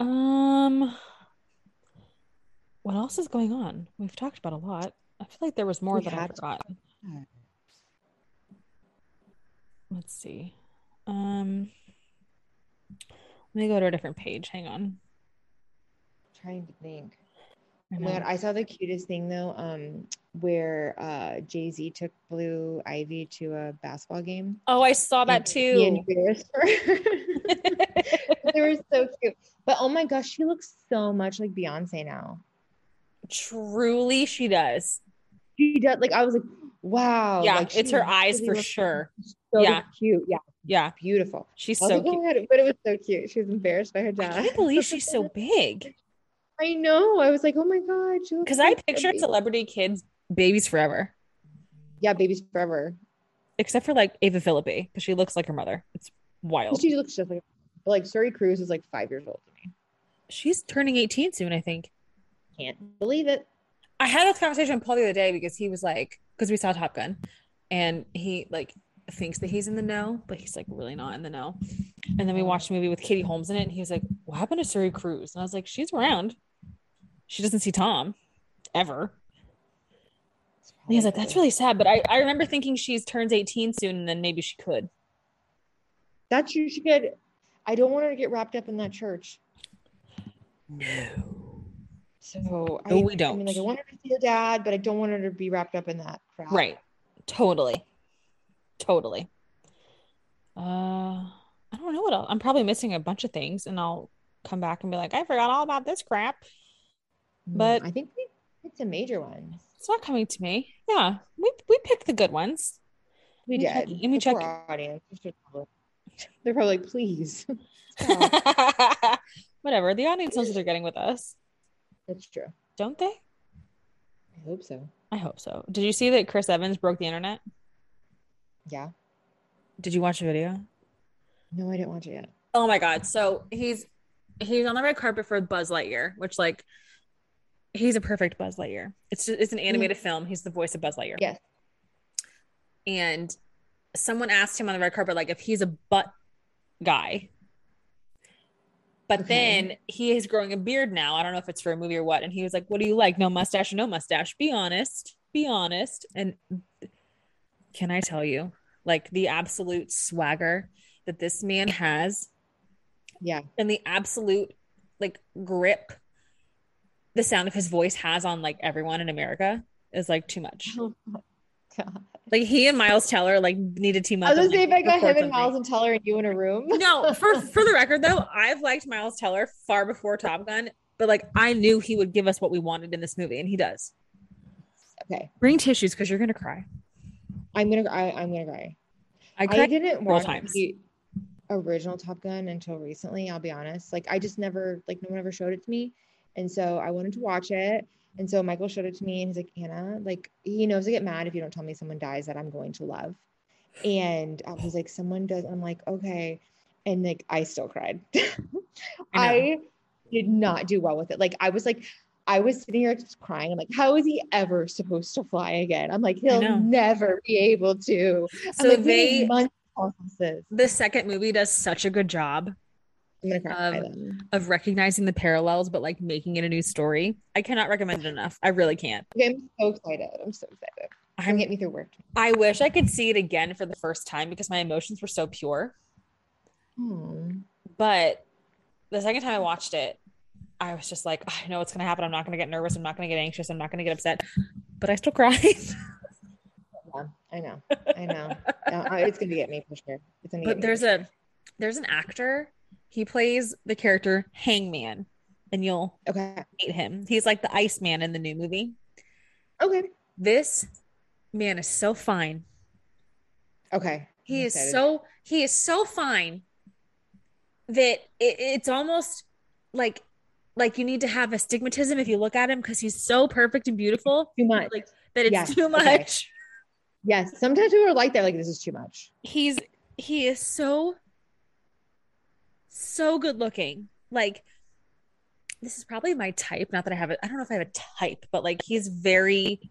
S2: Um, what else is going on? We've talked about a lot. I feel like there was more
S1: We
S2: that I
S1: had to-
S2: forgot.
S1: about
S2: Let's see. Um, let me go to a different page. Hang on.
S1: trying to think
S2: I
S1: oh my god
S2: know.
S1: i saw the cutest thing though um where uh jay-z took blue ivy to a basketball game
S2: Oh, I saw that
S1: He
S2: too.
S1: embarrassed her. they were so cute but oh my gosh she looks so much like beyonce now
S2: Truly, she does.
S1: she does like I was like, wow.
S2: Yeah,
S1: like, she
S2: it's her eyes
S1: really
S2: for
S1: looks
S2: sure.
S1: So
S2: Yeah.
S1: cute. Yeah,
S2: Yeah,
S1: beautiful.
S2: she's
S1: I was
S2: so
S1: like, oh
S2: cute.
S1: my God, but it was so cute. She was embarrassed by her
S2: I
S1: dad.
S2: can't believe she's so big.
S1: I know. I was like, oh my God. she looks
S2: Because I
S1: like a
S2: pictured
S1: baby.
S2: celebrity kids, babies forever,
S1: Yeah, babies forever.
S2: except for like Ava Philippi, because she looks like her mother. It's wild.
S1: She looks just like, but like Suri Cruz is like five years old to me.
S2: She's turning 18 soon, I think.
S1: Can't believe it.
S2: I had this conversation with Paul the other day because he was like, because we saw Top Gun, and he like thinks that he's in the know, but he's like really not in the know. And then we watched a movie with Katie Holmes in it, and he was like, "What happened to Suri Cruz?" And I was like, "She's around. she doesn't see Tom ever. And he's like, that's really sad. But I, I remember thinking she's turns 18 soon and then maybe she could.
S1: That's you should get. I don't want her to get wrapped up in that church.
S2: No.
S1: So
S2: No,
S1: I,
S2: we
S1: I
S2: don't.
S1: mean, like, I want her to see her dad, but I don't want her to be wrapped up in that crap.
S2: Right. Totally. Totally. Uh I don't know what else. I'm probably missing a bunch of things and I'll come back and be like, I forgot all about this crap.
S1: Mm,
S2: But-
S1: I think we hit some major ones.
S2: It's not coming to me. Yeah. We we picked the good ones.
S1: We
S2: Let me check-
S1: did.
S2: let me
S1: The poor
S2: check.
S1: Audience. You should probably- They're probably like, please. Stop.
S2: Whatever. The audience knows what they're getting with us,
S1: That's true.
S2: don't they?
S1: I hope so.
S2: I hope so. Did you see that Chris Evans broke the internet?
S1: Yeah.
S2: Did you watch the video?
S1: No, I didn't watch it yet.
S2: Oh my god. So he's he's on the red carpet for Buzz Lightyear, which like he's a perfect Buzz Lightyear. It's just, it's an animated film. He's the voice of Buzz Lightyear.
S1: Mm. Yes.
S2: And someone asked him on the red carpet like if he's a butt guy. But
S1: Okay.
S2: then he is growing a beard now. I don't know if it's for a movie or what. And he was like, "What do you like? No mustache or no mustache? Be honest. Be honest." And can I tell you, like the absolute swagger that this man has
S1: Yeah.
S2: and the absolute like grip the sound of his voice has on like everyone in America is like too much.
S1: Oh my God.
S2: Like he and Miles Teller like need to team up.
S1: I was gonna
S2: and,
S1: say if I
S2: like,
S1: got him
S2: record
S1: and Miles
S2: something.
S1: and Teller and you in a room.
S2: No, for for the record though, I've liked Miles Teller far before Top Gun, but like I knew he would give us what we wanted in this movie, and he does.
S1: Okay.
S2: Bring tissues because you're gonna cry.
S1: I'm gonna I, I'm gonna cry.
S2: I
S1: I
S2: cried.
S1: didn't watch
S2: times.
S1: the original Top Gun until recently, I'll be honest. Like I just never like no one ever showed it to me. And so I wanted to watch it. And so Michael showed it to me and he's like, Anna, like he knows I get mad if you don't tell me someone dies that I'm going to love. And I was like, someone does. I'm like, okay. And like I still cried.
S2: I know.
S1: I did not do well with it. Like I was like, I was sitting here just crying. I'm like, how is he ever supposed to fly again? I'm like,
S2: know.
S1: he'll never be able to. I'm
S2: so
S1: like, we need
S2: they
S1: months of processes.
S2: the second movie does such a good job
S1: I'm gonna cry
S2: of-
S1: then.
S2: of recognizing the parallels, but like making it a new story. I cannot recommend it enough. I really can't.
S1: Okay, I'm so excited. I'm so excited. It's gonna
S2: I'm-
S1: get me through work.
S2: I wish I could see it again for the first time because my emotions were so pure.
S1: Hmm.
S2: But the second time I watched it, I was just like, I know what's going to happen. I'm not going to get nervous. I'm not going to get anxious. I'm not going to get upset. But I still cried.
S1: Yeah, I know. I know. Yeah, I- it's gonna get me for sure. It's gonna get
S2: but
S1: me.
S2: there's a there's an actor. He plays the character Hangman, and you'll
S1: okay.
S2: hate him. He's like the Iceman in the new movie.
S1: Okay.
S2: This man is so fine.
S1: Okay.
S2: He
S1: I'm
S2: is
S1: excited.
S2: so he is so fine that it, it's almost like like you need to have astigmatism if you look at him because he's so perfect and beautiful
S1: too much.
S2: like that it's
S1: Yes,
S2: too
S1: okay.
S2: much.
S1: Yes. Sometimes people are like that, like this is too much.
S2: He's he is so so good looking. Like this is probably my type. Not that I have it. I don't know if I have a type, but like he's very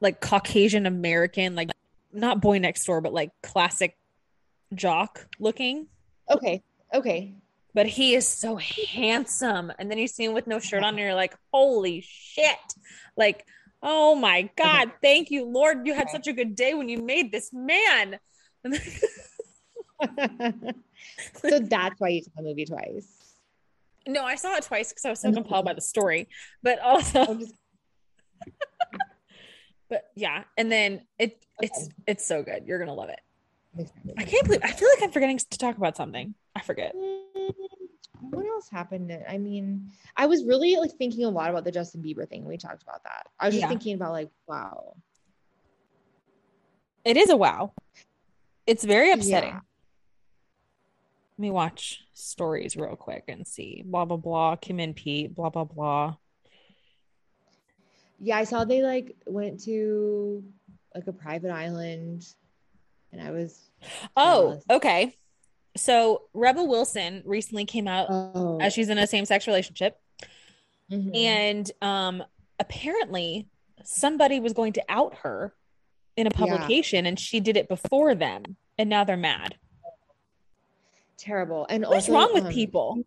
S2: like Caucasian American, like not boy next door, but like classic jock looking.
S1: Okay. Okay.
S2: but he is so handsome. And then you see him with no shirt on, and you're like, holy shit. Like, oh my God, thank you, Lord. You had
S1: Okay.
S2: such a good day when you made this man. And then-
S1: so that's why you saw the movie twice.
S2: no, I saw it twice because I was so compelled by the story, but also,
S1: I'm just
S2: but yeah. And then it, it's, it's so good. You're going to love it.
S1: I'm excited.
S2: I can't believe, I feel like I'm forgetting to talk about something. I forget.
S1: Mm, What else happened? I mean, I was really like thinking a lot about the Justin Bieber thing. We talked about that. I was just
S2: Yeah.
S1: thinking about like, wow,
S2: It is a wow. It's very upsetting.
S1: Yeah.
S2: Let me watch stories real quick and see. Blah blah blah. Kim and Pete. Blah blah blah.
S1: Yeah, I saw they like went to like a private island, and I was
S2: Oh,
S1: Jealous.
S2: okay. So Rebel Wilson recently came out
S1: oh,
S2: as she's in a same-sex relationship,
S1: mhm.
S2: and um, apparently somebody was going to out her in a
S1: Yeah.
S2: publication, and she did it before them, and now they're mad.
S1: terrible. And
S2: What's
S1: also,
S2: wrong with
S1: um,
S2: people?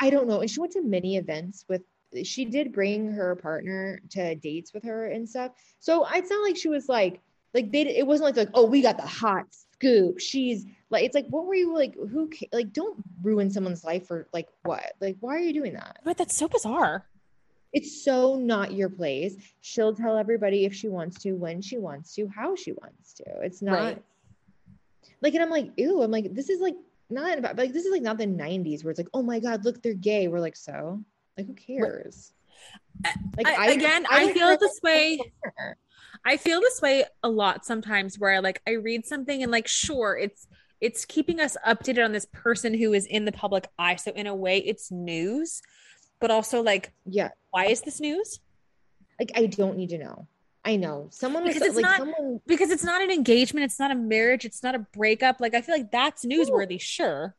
S1: I don't know. And she went to many events with she did bring her partner to dates with her and stuff. So it's not like she was like like they it wasn't like like oh we got the hot scoop. She's like it's like what were you like who ca- like don't ruin someone's life for like what like why are you doing that?
S2: But that's so bizarre.
S1: It's so not your place. She'll tell everybody if she wants to, when she wants to, how she wants to. It's not
S2: Right.
S1: like, and I'm like, ew, I'm like, this is like not about, like, this is like not the 90s where it's like, oh my God, look, they're gay. We're like, so? Like, who cares? Like,
S2: I- again, I
S1: would
S2: feel
S1: care
S2: this
S1: about
S2: way-
S1: her.
S2: I feel this way a lot sometimes where I like I read something and like sure it's it's keeping us updated on this person who is in the public eye. So in a way it's news, but also like
S1: Yeah.
S2: why is this news?
S1: Like, I don't need to know. I know. Someone was
S2: Because it's
S1: like,
S2: not-
S1: someone,
S2: Because it's not an engagement, it's not a marriage, it's not a breakup. Like I feel like that's newsworthy, sure.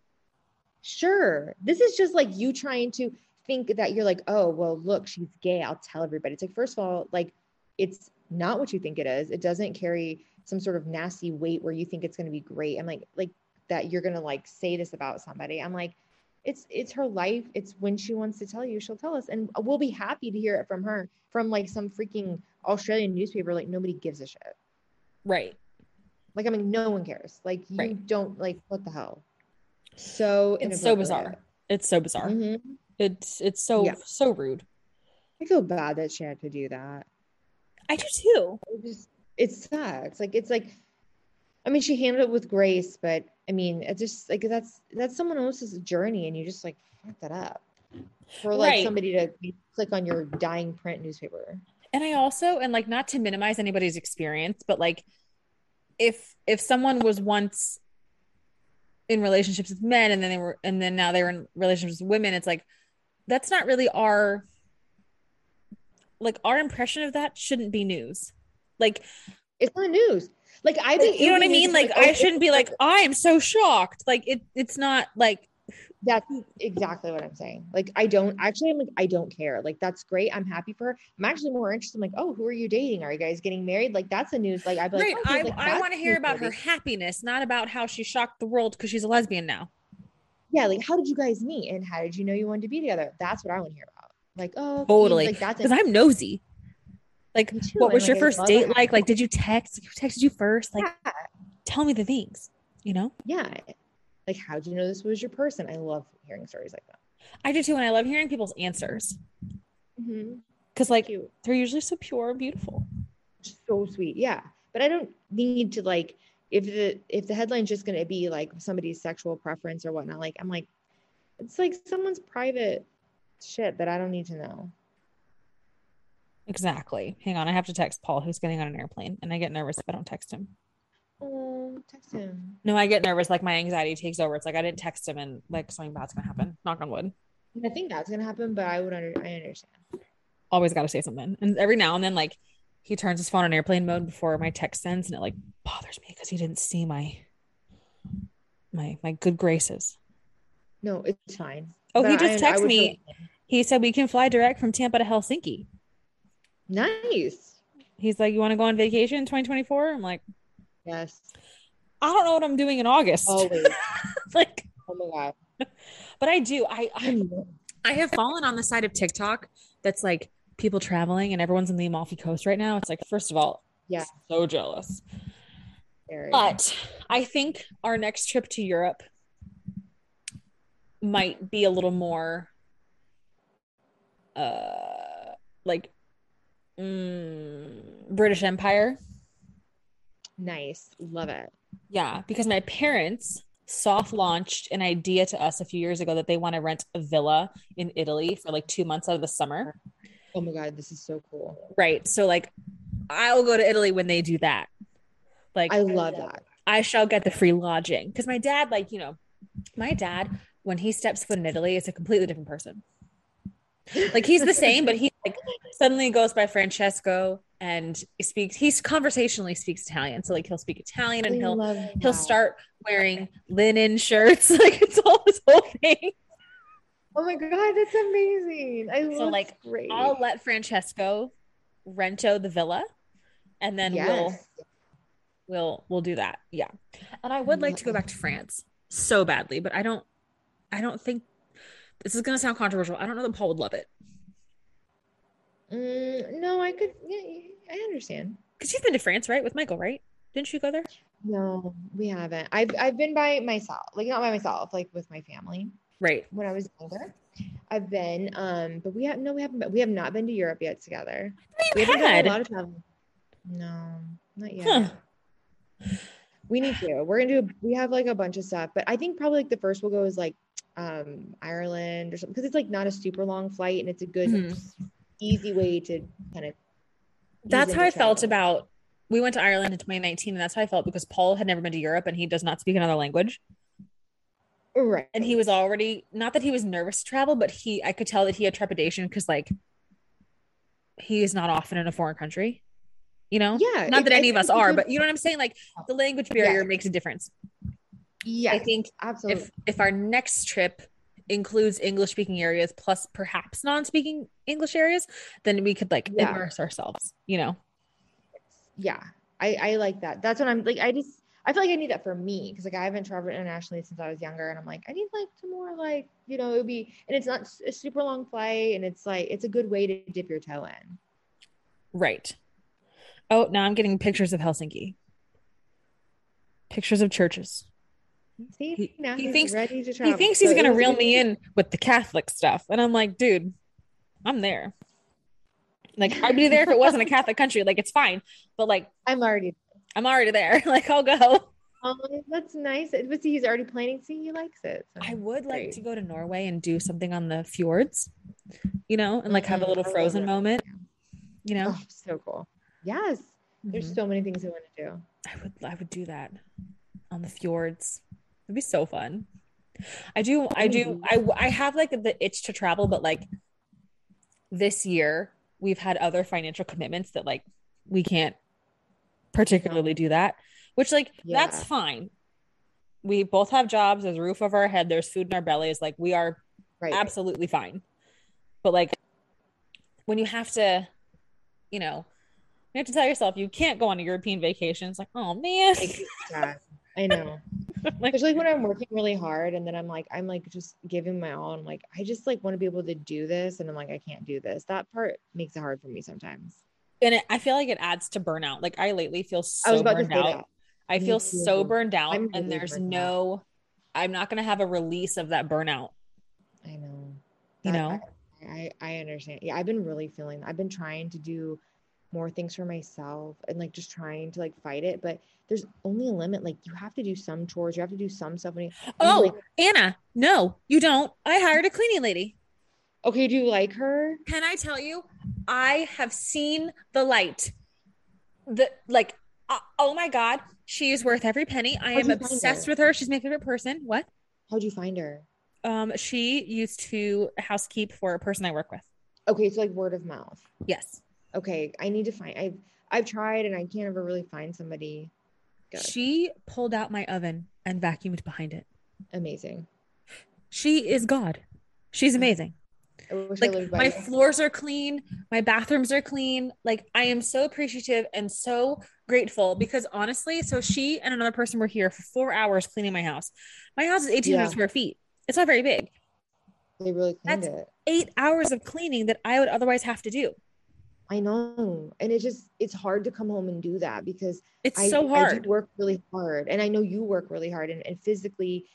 S1: sure. This is just like you trying to think that you're like, oh, well, look, she's gay. I'll tell everybody. It's like, first of all, like, it's not what you think it is. It doesn't carry some sort of nasty weight where you think it's going to be great. I'm like, like, that you're gonna like say this about somebody. I'm like, it's it's her life. It's when she wants to tell you, she'll tell us, and we'll be happy to hear it from her from like some freaking Australian newspaper. Like nobody gives a shit.
S2: Right.
S1: Like I mean, no one cares. Like you
S2: Right.
S1: don't like what the hell. So
S2: It's so
S1: inappropriate.
S2: bizarre. It's so bizarre.
S1: Mhm.
S2: It's it's so
S1: Yeah.
S2: so rude.
S1: I feel bad that she had to do that.
S2: I do too.
S1: It just it sucks. Like it's like, I mean, she handled it with grace, but I mean, it just like that's that's someone else's journey, and you just like fuck that up for like
S2: Right.
S1: somebody to click on your dying print newspaper.
S2: and i also and like not to minimize anybody's experience but like if if someone was once in relationships with men and then they were and then now they were in relationships with women it's like that's not really our like our impression of that shouldn't be news like
S1: It's not news. Like I think
S2: you know what i
S1: it would
S2: mean
S1: just
S2: like
S1: oh,
S2: i shouldn't be like i'm so shocked like it it's not like
S1: That's exactly what I'm saying. Like, I don't actually, I'm like, I don't care. Like, that's great. I'm happy for her. I'm actually more interested. I'm like, oh, who are you dating? Are you guys getting married? Like, that's the news. Like, I'd be
S2: great
S1: like,
S2: i
S1: okay, like,
S2: i
S1: that's
S2: want to hear about her
S1: newsworthy.
S2: happiness not about how she shocked the world because she's a lesbian now
S1: Yeah. Like, how did you guys meet? And how did you know you wanted to be together? That's what I want to hear about. Like, oh, okay,
S2: Totally.
S1: Like, that's
S2: because I'm nosy. Like,
S1: Me too,
S2: what
S1: and,
S2: was
S1: like,
S2: your
S1: I
S2: first
S1: love
S2: date
S1: that.
S2: like? Like, did you text? Who texted you first? Like,
S1: yeah,
S2: tell me the things. You know,
S1: yeah. Like, how did you know this was your person? I love hearing stories like that.
S2: I do too, and I love hearing people's answers
S1: Mm-hmm.
S2: because, like,
S1: Cute.
S2: they're usually so pure and beautiful.
S1: so sweet yeah but i don't need to like if the if the headline's just going to be like somebody's sexual preference or whatnot like i'm like it's like someone's private shit that i don't need to know
S2: Exactly. Hang on, I have to text Paul, who's getting on an airplane, and I get nervous if I don't text him.
S1: oh text him
S2: No, I get nervous. Like my anxiety takes over. It's like I didn't text him, and like something bad's gonna happen. Knock on wood.
S1: i think that's going to happen but i would under, i understand
S2: Always got to say something, and every now and then, like he turns his phone on airplane mode before my text sends, and it like bothers me because he didn't see my my my good graces.
S1: no it's fine
S2: Oh, he
S1: But
S2: just
S1: I- I
S2: texted
S1: would
S2: me. He said we can fly direct from Tampa to Helsinki.
S1: feel- nice
S2: He's like, "You want to go on vacation in 2024?" I'm like,
S1: yes
S2: "I don't know what I'm doing in August."
S1: always
S2: like,
S1: oh my god
S2: but I do. I, I
S1: I'm-
S2: I have fallen on the side of TikTok that's like people traveling and everyone's in the Amalfi Coast right now. It's like, first of all,
S1: Yeah.
S2: so jealous.
S1: Very-
S2: But I think our next trip to Europe might be a little more uh like mm, British Empire.
S1: nice love it
S2: Yeah, because my parents soft launched an idea to us a few years ago that they want to rent a villa in Italy for like 2 months out of the summer.
S1: oh my god this is so cool
S2: Right. So like I'll go to Italy when they do that. Like
S1: i love that
S2: I shall get the free lodging because my dad, like you know, my dad when he steps foot in Italy is a completely different person. Like he's the same, but he like suddenly goes by Francesco and he speaks. He's conversationally speaks Italian, so like he'll speak Italian and
S1: I
S2: he'll
S1: love
S2: he'll
S1: that.
S2: start wearing linen shirts. Like it's all this whole thing.
S1: Oh my god, that's amazing! I
S2: So,
S1: love that's
S2: like,
S1: great.
S2: I'll let Francesco rento the villa, and then we'll
S1: yes.
S2: we'll we'll do that yeah and i would like to go back to france so badly but i don't i don't think this is going to sound controversial i don't know that paul would love it
S1: Mm, no, I could. Yeah, yeah, I understand.
S2: Because you've been to France, right? With Michael, right? Didn't you go there?
S1: No, we haven't. I've I've been by myself, like not by myself, like with my family
S2: Right.
S1: when I was younger. I've been, um, but we have no, we haven't. been- We have not been to Europe yet together. We
S2: You
S1: haven't done
S2: had.
S1: a lot of travel. No, not yet.
S2: Huh.
S1: We need to. We're gonna do. We have like a bunch of stuff, but I think probably like the first we'll go is like um Ireland or something because it's like not a super long flight and it's a good easy way to kind of.
S2: Mm-hmm. That's
S1: ease
S2: how
S1: into
S2: I felt
S1: travel.
S2: about. We went to Ireland in 2019, and that's how I felt because Paul had never been to Europe and he does not speak another language.
S1: right.
S2: and he was already not that he was nervous to travel, but he I could tell that he had trepidation because like he is not often in a foreign country, you know.
S1: yeah.
S2: Not
S1: it-
S2: that
S1: I
S2: any of
S1: think
S2: us
S1: it's a
S2: are,
S1: good-
S2: but you know what I'm saying. Like the language barrier makes a difference.
S1: yeah,
S2: I think
S1: absolutely.
S2: if if our next trip includes English speaking areas plus perhaps non speaking English areas, then we could like
S1: Yeah.
S2: immerse ourselves. You know,
S1: yeah i i like that that's what i'm like i just i feel like i need that for me because like i haven't traveled internationally since i was younger and i'm like i need like some more like you know it would be and it's not s- a super long flight and it's like it's a good way to dip your toe in
S2: right? Oh, now I'm getting pictures of Helsinki, pictures of churches.
S1: see
S2: He-
S1: now
S2: he
S1: he's
S2: thinks-
S1: ready to
S2: he
S1: travel
S2: thinks he's
S1: So it
S2: gonna
S1: was a
S2: reel
S1: good-
S2: me in with the Catholic stuff, and I'm like, dude, I'm there. Like, I'd be there if it wasn't a Catholic country. Like, it's fine, but like,
S1: i'm already
S2: I'm already there. Like, I'll go.
S1: oh that's nice but see he's already planning see he likes it so.
S2: I would like
S1: Great.
S2: to go to Norway and do something on the fjords, you know, and like have a
S1: Mhm.
S2: little
S1: I love
S2: frozen
S1: that.
S2: moment, you know.
S1: oh so cool yes there's
S2: Mhm.
S1: so many things i want to do
S2: I would, I would do that on the fjords. It'd be so fun. I do, I do, I, I have like the itch to travel, but like this year we've had other financial commitments that like we can't particularly do that, which like that's
S1: Yeah.
S2: fine. We both have jobs, there's a roof over our head, there's food in our bellies, like we are
S1: right
S2: absolutely fine. But like when you have to, you know, you have to tell yourself you can't go on a European vacation. It's like, oh man.
S1: Like, yeah, i know
S2: like,
S1: especially when I'm working really hard and then I'm like I'm like just giving my all and like I just like want to be able to do this and I'm like I can't do this. That part makes it hard for me sometimes.
S2: and it, I feel like it adds to burnout. Like I lately feel so
S1: I was about to
S2: burned
S1: say
S2: out.
S1: that.
S2: I
S1: Me
S2: feel
S1: too.
S2: so burned out,
S1: I'm
S2: and
S1: really
S2: there's
S1: burned out.
S2: no, I'm not gonna have a release of that burnout.
S1: I know.
S2: You
S1: That-
S2: know,
S1: I, I I understand. Yeah, I've been really feeling I've been trying to do more things for myself and like just trying to like fight it, but there's only a limit. Like you have to do some chores, you have to do some stuff. When you, and I'm
S2: Oh.
S1: like,
S2: Anna, no, you don't. I hired a cleaning lady.
S1: okay, do you like her?
S2: Can I tell you? I have seen the light. The like, uh, oh my god, she is worth every penny. I
S1: How'd
S2: am
S1: you find
S2: obsessed
S1: her?
S2: with her. She's my favorite person. What?
S1: How'd you find her?
S2: Um, she used to housekeep for a person I work with.
S1: Okay, so like word of mouth.
S2: Yes,
S1: okay, I need to find I've I've tried and I can't ever really find somebody Good.
S2: she pulled out my oven and vacuumed behind it.
S1: amazing.
S2: She is God. She's amazing.
S1: I wish I
S2: Like
S1: lived by
S2: my
S1: you.
S2: floors are clean, my bathrooms are clean. Like I am so appreciative and so grateful because honestly, so she and another person were here for four hours cleaning my house. My house is 1800
S1: Yeah.
S2: square feet. It's not very big.
S1: they really cleaned
S2: that's-
S1: it.
S2: Eight hours of cleaning that I would otherwise have to do.
S1: I know. And it's just it's hard to come home and do that because
S2: It's
S1: I,
S2: so
S1: I
S2: hard.
S1: do work really hard. And I know you work really hard and, and physically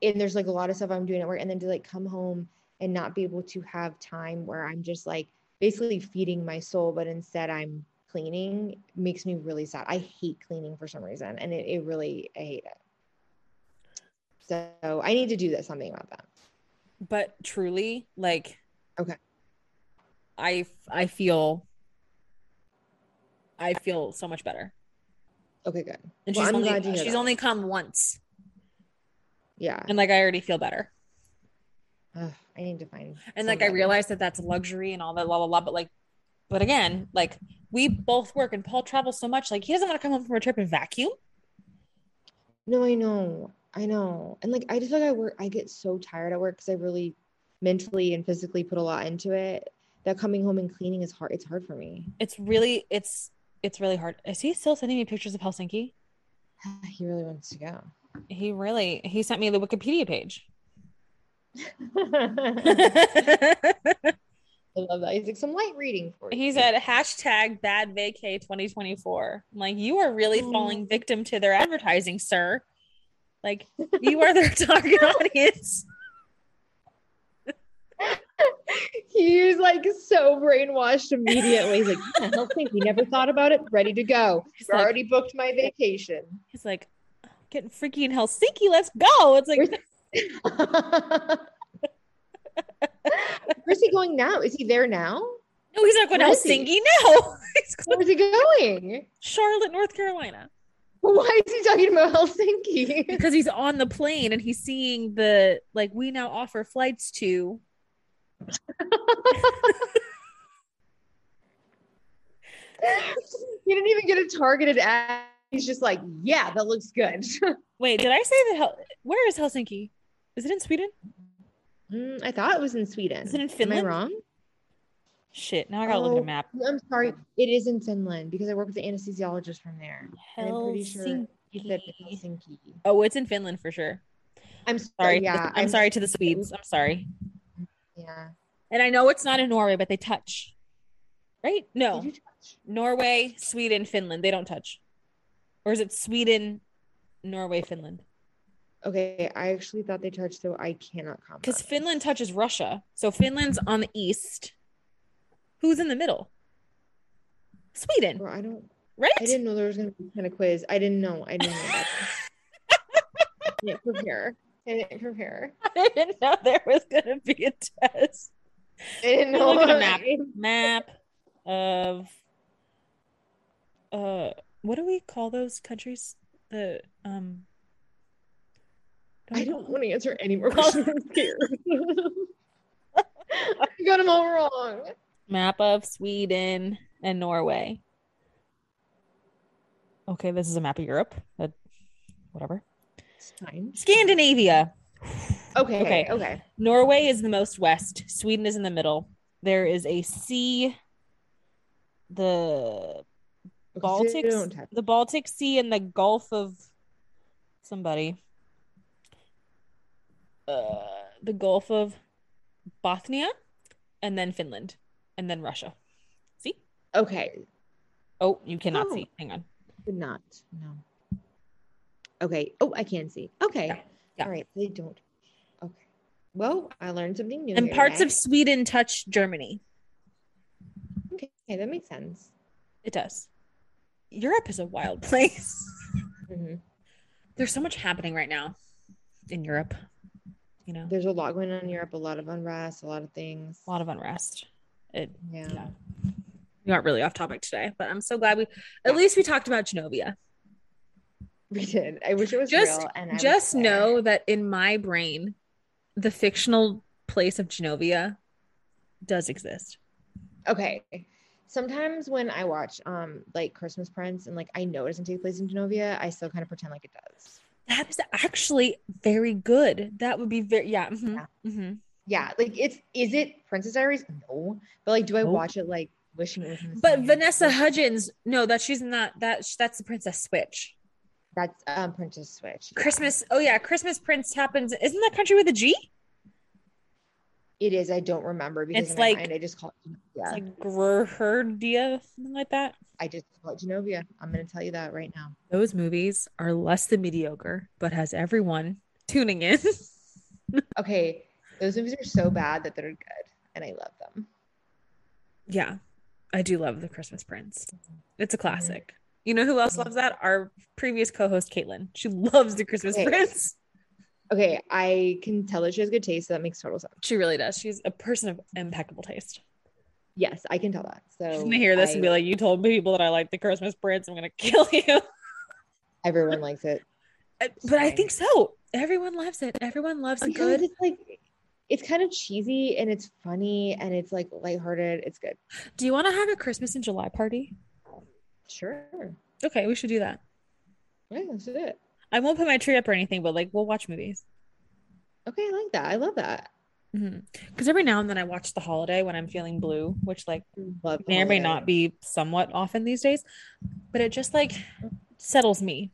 S1: and there's like a lot of stuff I'm doing at work and then to like come home and not be able to have time where I'm just like basically feeding my soul, but instead I'm cleaning makes me really sad. I hate cleaning for some reason. And it, it really I hate it. So I need to do that something about that.
S2: but truly, like
S1: Okay.
S2: I I feel I feel so much better.
S1: Okay, good.
S2: And
S1: Well,
S2: she's
S1: I'm
S2: only
S1: glad to hear
S2: she's
S1: that.
S2: only come once.
S1: Yeah.
S2: And like I already feel better.
S1: Ugh, I need to find
S2: and like I
S1: somebody.
S2: realized that that's a luxury and all that, la la la. But like, but again, like we both work and Paul travels so much, like he doesn't want to come home from a trip and vacuum.
S1: No, I know. I know. And like I just like I work I get so tired at work because I really mentally and physically put a lot into it. That coming home and cleaning is hard. It's hard for me.
S2: It's really, it's it's really hard. Is he still sending me pictures of Helsinki?
S1: He really wants to go.
S2: He really he sent me the Wikipedia page.
S1: I love that. He's like some light reading for you.
S2: He said hashtag bad vacay 2024. I'm like, you are really falling victim to their advertising, sir. Like, you are their target audience.
S1: He's like so brainwashed immediately. He's like, yeah, he'll think he never thought about it. Ready to go.
S2: He's
S1: I
S2: like,
S1: already booked my vacation.
S2: he's like, getting freaky in Helsinki. Let's go. It's like,
S1: Where's he going now? Is he there now?
S2: no, he's not going to
S1: Where is he?
S2: Helsinki. No, he's going
S1: Where's he going?
S2: to Charlotte, North Carolina,
S1: Why is he talking about Helsinki?
S2: because he's on the plane and he's seeing the like we now offer flights to.
S1: he didn't even get a targeted ad. He's just like, yeah, that looks good.
S2: Wait, did I say that? Hel- Where is Helsinki? Is it in Sweden?
S1: Mm, I thought it was in Sweden.
S2: Is it in
S1: Am
S2: Finland?
S1: I wrong?
S2: Shit, now I gotta look at
S1: Oh,
S2: a map.
S1: I'm sorry. It is in Finland because I work with the anesthesiologist from there. And I'm pretty sure he said
S2: Helsinki.
S1: Helsinki.
S2: Oh, it's in Finland for sure.
S1: I'm sorry.
S2: Sorry.
S1: Yeah,
S2: I'm, sorry to the Swedes. I'm sorry.
S1: Yeah.
S2: And I know it's not in Norway, but they touch. Right? No.
S1: Did you touch?
S2: Norway, Sweden, Finland. They don't touch. Or is it Sweden, Norway, Finland?
S1: Okay, I actually thought they touched, so I cannot comment.
S2: Because Finland touches Russia. So Finland's on the east. Who's in the middle? Sweden,
S1: Bro, I don't. I
S2: right?
S1: didn't know there was gonna be kind of quiz. I didn't know. I didn't know. That. I didn't prepare. I didn't prepare.
S2: I didn't know there was gonna be a test.
S1: I didn't
S2: We're
S1: know.
S2: looking at a map. map of uh what do we call those countries the um don't
S1: I
S2: we call
S1: don't
S2: them-
S1: want to answer any more questions. I'm scared. I got them all wrong.
S2: map of sweden and norway okay this is a map of europe but whatever
S1: It's fine.
S2: scandinavia
S1: Okay.
S2: Okay.
S1: Okay. Okay.
S2: norway is the most west sweden is in the middle there is a sea the
S1: so you
S2: Baltic,
S1: don't touch.
S2: the Baltic Sea and the Gulf of somebody. Uh, the Gulf of Bothnia, and then Finland, and then Russia. See?
S1: Okay.
S2: Oh, you cannot
S1: Oh.
S2: see. Hang on.
S1: Did not. No. Okay. Oh, I can see. Okay.
S2: Yeah. Yeah.
S1: All right. They don't. Okay. Well, I learned something new.
S2: And
S1: here
S2: parts
S1: today.
S2: of Sweden touch Germany.
S1: Okay, that makes sense.
S2: It does. Europe is a wild place.
S1: Mhm.
S2: There's so much happening right now in Europe. You know,
S1: There's a lot going on in Europe, a lot of unrest, a lot of things.
S2: a lot of unrest. It
S1: yeah.
S2: yeah. We got really off topic today, but I'm so glad we at least we talked about Genovia.
S1: we did. I wish it was
S2: Just-
S1: real. And I was
S2: Just
S1: there.
S2: know that in my brain, the fictional place of Genovia does exist.
S1: Okay. Sometimes when I watch um like Christmas Prince and like I know it doesn't take place in Genovia, I still kind of pretend like it does.
S2: That is actually very good. That would be very yeah. mhm,
S1: Yeah.
S2: mhm.
S1: Yeah, like it's is it Princess Diaries? No, but like, do I
S2: Nope.
S1: watch it like wishing it was? in the
S2: But
S1: same-
S2: Vanessa Hudgens, no, that she's not that that's the Princess Switch.
S1: That's um Princess Switch. yeah.
S2: Christmas, oh yeah, Christmas Prince happens. Isn't that country with a G?
S1: It is. I don't remember because
S2: It's
S1: in my
S2: like-
S1: mind I just call it. Yeah,
S2: It's like Gerhardia, something like that.
S1: I just call it Genovia. I'm gonna tell you that right now.
S2: Those movies are less than mediocre, but has everyone tuning in.
S1: Okay, those movies are so bad that they're good, and I love them.
S2: yeah, I do love The Christmas Prince. It's a classic. You know who else
S1: Mhm.
S2: loves that? Our previous co host, Caitlin. She loves The Christmas
S1: Okay.
S2: Prince.
S1: Okay, I can tell that she has good taste, so that makes total sense.
S2: She really does. She's a person of impeccable taste.
S1: Yes, I can tell that. So
S2: She's going to hear this and
S1: I-
S2: be like, You told people that I like The Christmas Prince. I'm going to kill you.
S1: everyone likes it
S2: Uh, but I
S1: Fine.
S2: think so. Everyone loves it. Everyone loves a
S1: because
S2: good.
S1: it's like it's kind of cheesy and it's funny and it's like lighthearted. It's good.
S2: Do you want to have a Christmas in July party?
S1: Sure.
S2: Okay, we should do that.
S1: Yeah, let's do it.
S2: I won't put my tree up or anything, but like, we'll watch movies.
S1: Okay, I like that. I love that.
S2: Because Mm-hmm. every now and then I watch The Holiday when I'm feeling blue, which like
S1: Love
S2: may or may not
S1: holiday.
S2: be somewhat often these days, but it just like settles me.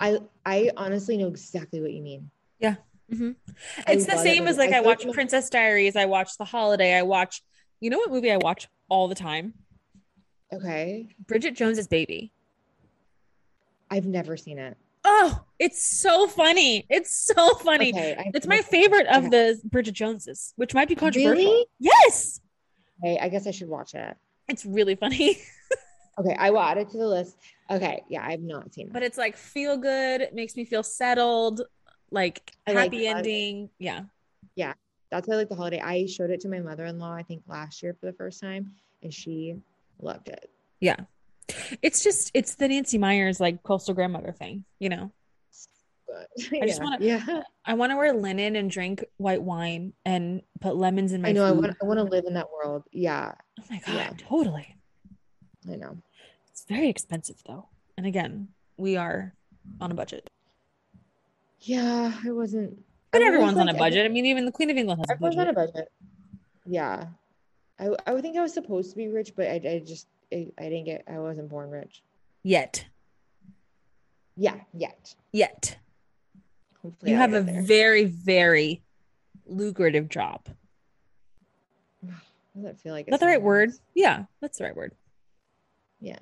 S1: I I honestly know exactly what you mean. I
S2: It's the
S1: love that
S2: same as
S1: movie.
S2: like
S1: I
S2: I
S1: feel
S2: watch
S1: like-
S2: Princess Diaries, I watch The Holiday, I watch You know what movie I watch all the time?
S1: Okay.
S2: Bridget Jones's Baby.
S1: I've never seen it.
S2: Oh, it's so funny. It's so funny.
S1: Okay, I-
S2: It's my favorite of
S1: Okay.
S2: the Bridget Joneses, which might be controversial.
S1: Really?
S2: Yes.
S1: Okay, I guess I should watch it.
S2: It's really funny.
S1: Okay, I will add it to the list. Okay, yeah, I've not seen it.
S2: But it's like feel good, it makes me feel settled, like
S1: I like
S2: happy
S1: that.
S2: ending. Yeah.
S1: That's why I like the holiday. I showed it to my mother-in-law, I think last year for the first time, and she loved it.
S2: It's just it's the Nancy Myers like coastal grandmother thing, you know.
S1: But
S2: I just
S1: yeah,
S2: wanna-
S1: yeah.
S2: I want to wear linen and drink white wine and put lemons in my
S1: I know I
S2: food.
S1: want I want to live in that world. Yeah,
S2: oh my god,
S1: yeah.
S2: totally.
S1: I know.
S2: It's very expensive though. And again, we are on a budget.
S1: Yeah, I wasn't I
S2: But
S1: was
S2: everyone's on
S1: like-
S2: a budget. I mean, even the Queen of England has a
S1: Everyone's
S2: budget.
S1: on a budget. Yeah. I I would think I was supposed to be rich, but I I just I, I didn't get I wasn't born rich.
S2: Yet.
S1: Yeah, yet.
S2: Yet.
S1: Hopefully
S2: You
S1: I'll
S2: have
S1: get
S2: a
S1: there.
S2: very, very lucrative job. Is
S1: doesn't feel like
S2: that
S1: it's
S2: the right word?
S1: sometimes.
S2: Yeah, that's the right word.
S1: Yeah.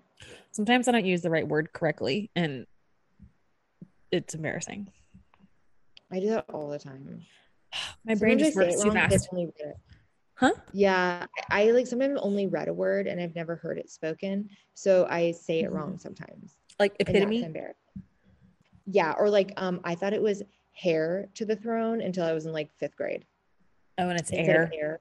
S2: Sometimes I don't use the right word correctly and it's embarrassing.
S1: I do that all the time.
S2: My brain
S1: Sometimes
S2: just
S1: I say it
S2: works too
S1: wrong 'cause I've
S2: fast.
S1: only read it.
S2: Huh?
S1: Yeah, I, I like sometimes only read a word and I've never heard it spoken, so I say it
S2: Mm-hmm.
S1: wrong sometimes.
S2: Like
S1: and that's
S2: epitome.
S1: embarrassing. Yeah, or like um, I thought it was hair to the throne until I was in like fifth grade.
S2: Oh, and it's
S1: instead
S2: air.
S1: of air.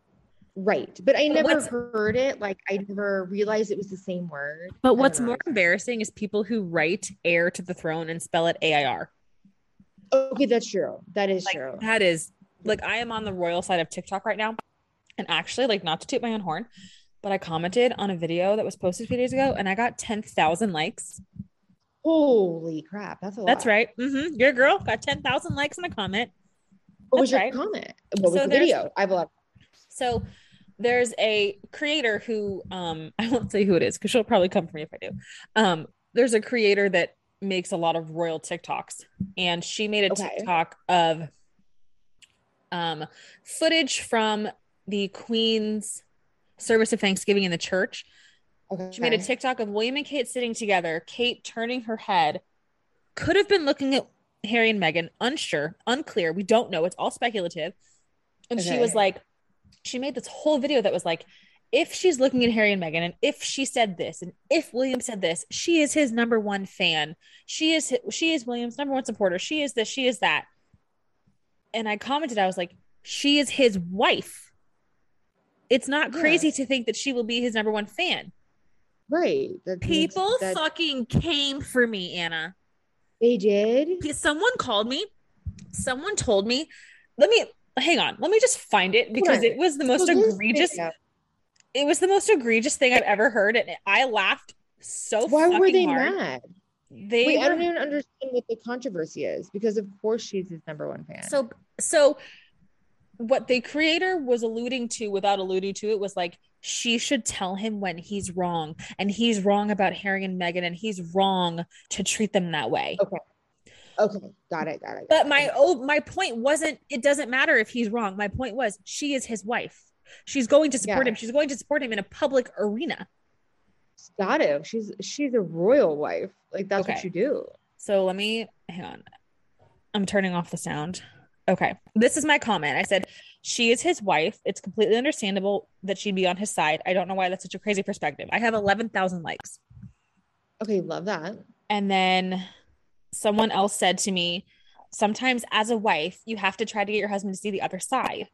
S1: Right, but I
S2: But
S1: never
S2: what's-
S1: heard it. Like I never realized it was the same word. I
S2: But
S1: don't
S2: what's
S1: know.
S2: more embarrassing is people who write heir to the throne and spell it AIR.
S1: Okay, that's true. That is
S2: Like,
S1: true.
S2: That is like I am on the royal side of TikTok right now. And actually, like not to toot my own horn, but I commented on a video that was posted a few days ago and I got 10,000 likes.
S1: Holy crap, that's a lot.
S2: That's right. Mm-hmm. Your girl got 10,000 likes in a comment.
S1: What was
S2: That's
S1: your
S2: right.
S1: comment? What was
S2: So
S1: the
S2: there's-
S1: video? I have a lot.
S2: So there's a creator who um I won't say who it is because she'll probably come for me if I do. Um there's a creator that makes a lot of royal TikToks and she made a
S1: Okay.
S2: TikTok of um footage from the Queen's service of Thanksgiving in the church.
S1: Okay.
S2: She made a TikTok of William and Kate sitting together, Kate turning her head, could have been looking at Harry and Meghan, unsure, unclear. We don't know. It's all speculative. And she
S1: Okay.
S2: was like, she made this whole video that was like, if she's looking at Harry and Meghan, and if she said this, and if William said this, she is his number one fan. She is hi- she is William's number one supporter. She is this. She is that. And I commented, I was like, she is his wife. It's not
S1: Yeah.
S2: crazy to think that she will be his number one fan.
S1: right. That makes-
S2: People
S1: that-
S2: fucking came for me, Anna.
S1: They did.
S2: P- Someone called me. Someone told me. Let me hang on. Let me just find it because
S1: on.
S2: it was the
S1: So
S2: most
S1: this
S2: egregious.
S1: video,
S2: It was the most egregious thing I've ever heard, and I laughed so
S1: Why
S2: fucking
S1: were they
S2: hard.
S1: mad?
S2: They
S1: Wait, I
S2: were-
S1: don't even understand what the controversy is because of course she's his number one fan.
S2: so so. What the creator was alluding to, without alluding to it, was like she should tell him when he's wrong, and he's wrong about Harry and Meghan, and he's wrong to treat them that way.
S1: okay, got it, got it. got
S2: But
S1: it.
S2: my oh, my point wasn't. It doesn't matter if he's wrong. My point was she is his wife. She's going to support
S1: Yeah.
S2: him. She's going to support him in a public arena.
S1: got it. She's she's a royal wife. Like that's
S2: Okay.
S1: what you do.
S2: So let me hang on. I'm turning off the sound. Okay. This is my comment. I said she is his wife. It's completely understandable that she'd be on his side. I don't know why that's such a crazy perspective. I have 11,000 likes.
S1: Okay, love that.
S2: And then someone else said to me, sometimes as a wife, you have to try to get your husband to see the other side.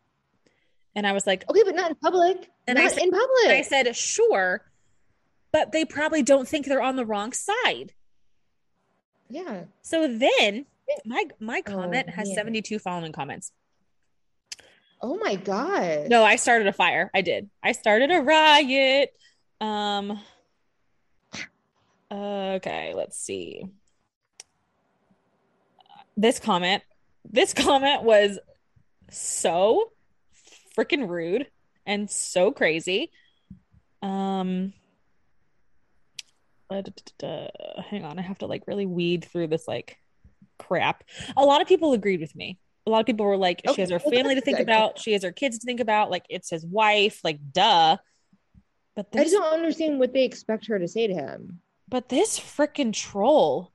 S2: And I was like,
S1: Okay, but not in public.
S2: And I
S1: not
S2: said-
S1: in public.
S2: And I said, sure, but they probably don't think they're on the wrong side.
S1: yeah.
S2: So then my my comment has
S1: man.
S2: 72 following comments.
S1: Oh my god.
S2: No, I started a fire. I did. I started a riot. Um okay, let's see. This comment, this comment was so freaking rude and so crazy. Um uh, duh, duh, duh, duh. hang on, I have to like really weed through this like crap. A lot of people agreed with me. A lot of people were like, she
S1: Okay,
S2: has her
S1: well,
S2: family to
S1: that's
S2: think
S1: good.
S2: about, she has her kids to think about, like it's his wife, like duh. But
S1: I just
S2: this,
S1: don't understand what they expect her to say to him.
S2: but this freaking troll.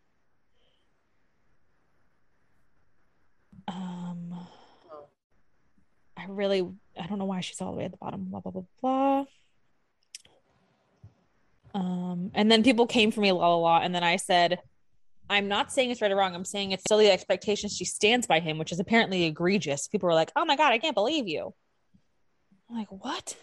S2: Um, I really, I don't know why she's all the way at the bottom. Blah blah blah blah. Um, and then people came for me, la la la, and then I said, "I'm not saying it's right or wrong. I'm saying it's still the expectation she stands by him, which is apparently egregious." People were like, "Oh my god, I can't believe you." I'm like, "What?"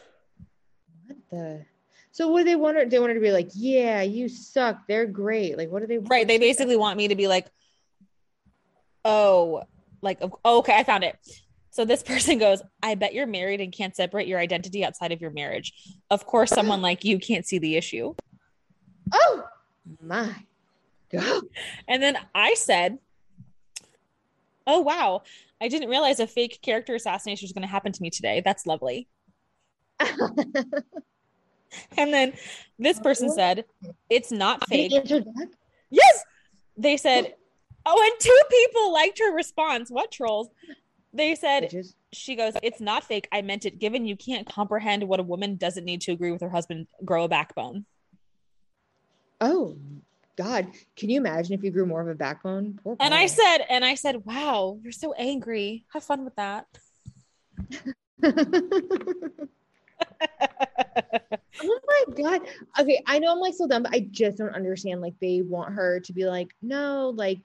S1: What the? So what do they want her? They want her to be like, yeah, you suck. They're great. Like, what do they? want her
S2: Right. They
S1: to say?
S2: basically want me to be like, oh, like, of- oh, okay, I found it. So this person goes, I bet you're married and can't separate your identity outside of your marriage. Of course, someone like you can't see the issue.
S1: Oh my god!
S2: And then I said, oh, wow, I didn't realize a fake character assassination was going to happen to me today. That's lovely. And then this person said, it's not
S1: They
S2: fake.
S1: answered back.
S2: Yes. They said, oh, and two people liked her response. What trolls? They said,
S1: Bitches.
S2: she goes, It's not fake. I meant it, given you can't comprehend what a woman doesn't need to agree with her husband, grow a backbone.
S1: Oh God! Can you imagine if you grew more of a backbone? Poor
S2: And I
S1: Paul.
S2: said, and I said, Wow, you're so angry. Have fun with that.
S1: oh my god! Okay, I know I'm like so dumb, but I just don't understand. Like, they want her to be like, no, like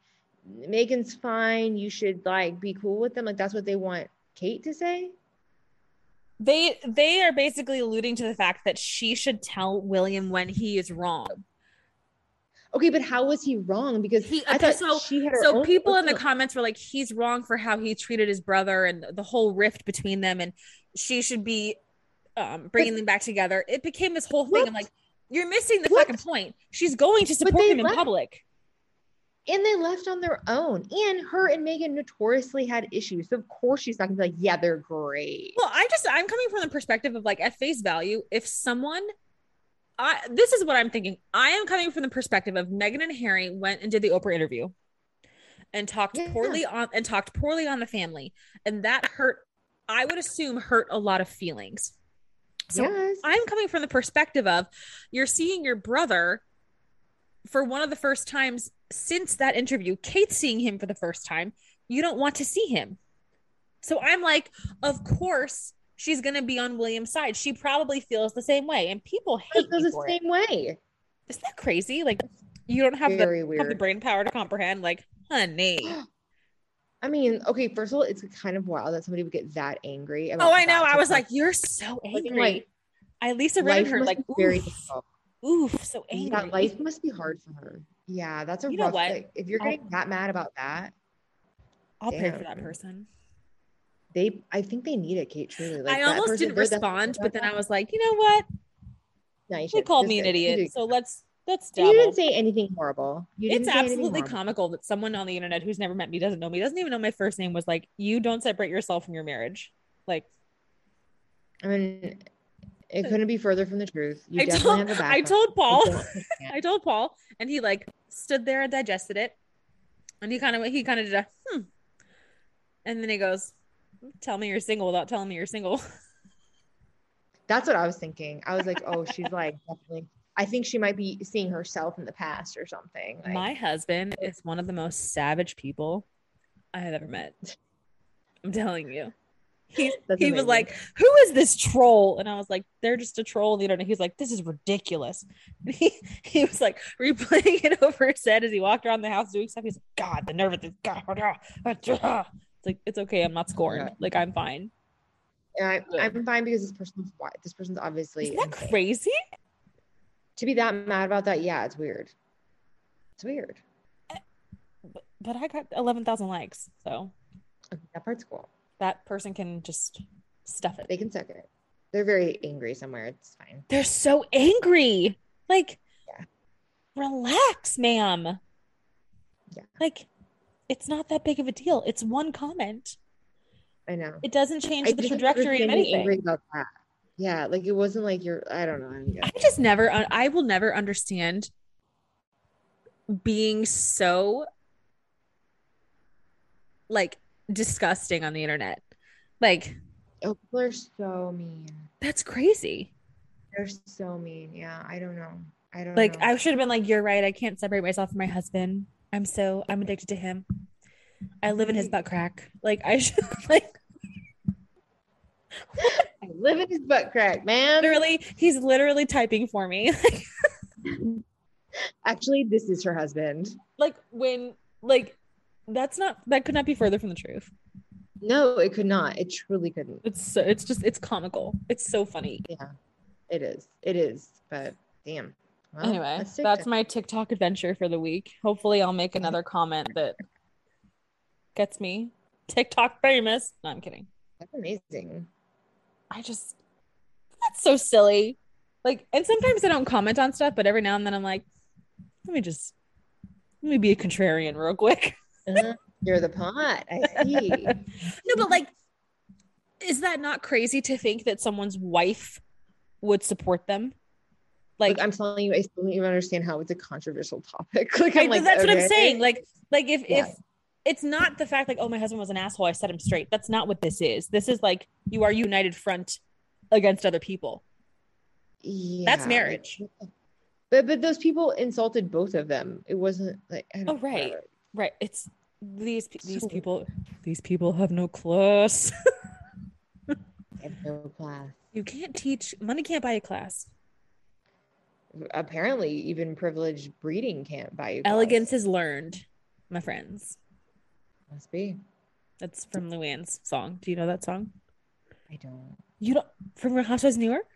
S1: Megan's fine. You should like be cool with them. Like, that's what they want Kate to say.
S2: They they are basically alluding to the fact that she should tell William when he is wrong.
S1: Okay, but how was he wrong? Because
S2: He-
S1: I
S2: okay,
S1: thought
S2: so-
S1: she had her
S2: So
S1: own
S2: people in the
S1: personal-
S2: comments were like, he's wrong for how he treated his brother and the whole rift between them, and she should be um, bringing them back together. It became this whole thing. I'm
S1: What?
S2: like, you're missing the
S1: What?
S2: fucking point. She's going to
S1: But
S2: support
S1: they
S2: him in
S1: left-
S2: public.
S1: and they left on their own. And her and Megan notoriously had issues, so of course she's not gonna be like, yeah, they're great.
S2: Well, I just I'm coming from the perspective of like at face value, if someone I this is what I'm thinking. I am coming from the perspective of Meghan and Harry went and did the Oprah interview and talked
S1: Yeah.
S2: poorly on and talked poorly on the family. And that hurt I would assume hurt a lot of feelings. So
S1: yes.
S2: I'm coming from the perspective of you're seeing your brother for one of the first times since that interview. Kate's seeing him for the first time. You don't want to see him. So I'm like, of course she's going to be on William's side. She probably feels the same way. And people
S1: It
S2: hate
S1: feels
S2: me
S1: the
S2: for it.
S1: same way.
S2: Isn't that crazy? Like, you don't have the,
S1: Very
S2: have the
S1: weird.
S2: brain power to comprehend. Like, honey. Oh,
S1: I mean, okay, first of all, it's kind of wild that somebody would get that angry. About
S2: Oh, I know.
S1: that.
S2: I was like, you're so angry.
S1: like,
S2: I Lisa read
S1: life
S2: her
S1: must
S2: like,
S1: be very
S2: oof,
S1: difficult.
S2: oof, so angry.
S1: Yeah, life must be hard for her. Yeah, that's a
S2: You know
S1: rough.
S2: what?
S1: Like, if you're
S2: I'll-
S1: getting that mad about that,
S2: I'll pray for
S1: Damn.
S2: that person.
S1: they, I think they need it, Kate. Truly, like
S2: I
S1: that
S2: almost
S1: person-
S2: didn't
S1: they're definitely
S2: respond, but then
S1: not
S2: I was like, you know what?
S1: nice.
S2: They called
S1: Just
S2: me an
S1: like, you
S2: idiot,
S1: did-
S2: so let's let's
S1: You
S2: dabble.
S1: didn't say anything horrible. You didn't
S2: It's
S1: say anything
S2: absolutely
S1: horrible.
S2: comical that someone on the internet who's never met me doesn't know me doesn't even know my first name was like, you don't separate yourself from your marriage. Like
S1: I mean, it couldn't be further from the truth. You
S2: I
S1: definitely
S2: told
S1: have a
S2: I
S1: background.
S2: told Paul
S1: You don't-
S2: I told Paul and he like stood there and digested it. And he kind of he kind of did a hmm. And then he goes, Tell me you're single without telling me you're single.
S1: That's what I was thinking. I was like, oh, she's like definitely. I think she might be seeing herself in the past or something. Like,
S2: My husband is one of the most savage people I have ever met. I'm telling you. He,
S1: That's
S2: he was
S1: amazing.
S2: like, Who is this troll? And I was like, They're just a troll on the internet. He was like, This is ridiculous. And he, he was like replaying it over his head as he walked around the house doing stuff. He's like, God, the nerve of this. God, ah, ah, ah." It's like, It's okay. I'm not scorned.
S1: Yeah.
S2: Like, I'm fine.
S1: And I,
S2: Yeah.
S1: I'm fine because this person's why this person's obviously
S2: Isn't that
S1: insane.
S2: crazy?
S1: to be that mad about that. Yeah, it's weird. It's weird.
S2: But, but I got 11,000 likes. So
S1: Okay, that part's cool.
S2: that person can just stuff it.
S1: They can suck it. They're very angry somewhere. It's fine.
S2: they're so angry. Like,
S1: Yeah.
S2: relax, ma'am.
S1: Yeah.
S2: Like, it's not that big of a deal. It's one comment.
S1: I know.
S2: It doesn't change
S1: I
S2: the
S1: didn't
S2: trajectory
S1: understand
S2: of
S1: being
S2: anything.
S1: angry about that. Yeah, like it wasn't like you're. I don't know. I mean,
S2: I just never, uh, I will never understand being so like disgusting on the internet. Like,
S1: oh, people are so mean.
S2: that's crazy.
S1: They're so mean. Yeah, I don't know. I don't
S2: Like
S1: know.
S2: I should have been like, you're right. I can't separate myself from my husband. I'm so I'm addicted to him. I live in his butt crack. Like I should like
S1: I live in his butt crack, man.
S2: literally. He's literally typing for me.
S1: Actually, this is her husband.
S2: like when like that's not that could not be further from the truth.
S1: No, it could not. It truly couldn't.
S2: It's so it's just it's comical. It's so funny.
S1: It is. It is. But damn. Well,
S2: anyway, that's,
S1: sick then.
S2: my TikTok adventure for the week. Hopefully, I'll make another comment that gets me TikTok famous. No, I'm kidding.
S1: that's amazing.
S2: I just that's so silly. Like, and sometimes I don't comment on stuff, but every now and then I'm like, let me just let me be a contrarian real quick. Uh-huh.
S1: Uh, you're the pot. I see.
S2: No, but like, is that not crazy to think that someone's wife would support them?
S1: like
S2: Like,
S1: I'm telling you, I still don't even understand how it's a controversial topic. Like
S2: Right,
S1: I'm
S2: but
S1: like,
S2: that's what
S1: okay.
S2: I'm saying. Like, like if
S1: Yeah.
S2: if it's not the fact like, oh, my husband was an asshole, I set him straight. That's not what this is. This is like you are united front against other people.
S1: Yeah,
S2: That's
S1: like,
S2: marriage.
S1: But but those people insulted both of them. It wasn't like I don't,
S2: Oh, right.
S1: whatever.
S2: Right. It's these pe- these
S1: So-
S2: people these people have no class.
S1: I have no class.
S2: you can't teach money can't buy a class.
S1: Apparently, even privileged breeding can't buy you. class.
S2: Elegance is learned, my friends.
S1: must be.
S2: That's from Luann's song. Do you know that song?
S1: I don't.
S2: You don't from Real Housewives of New York?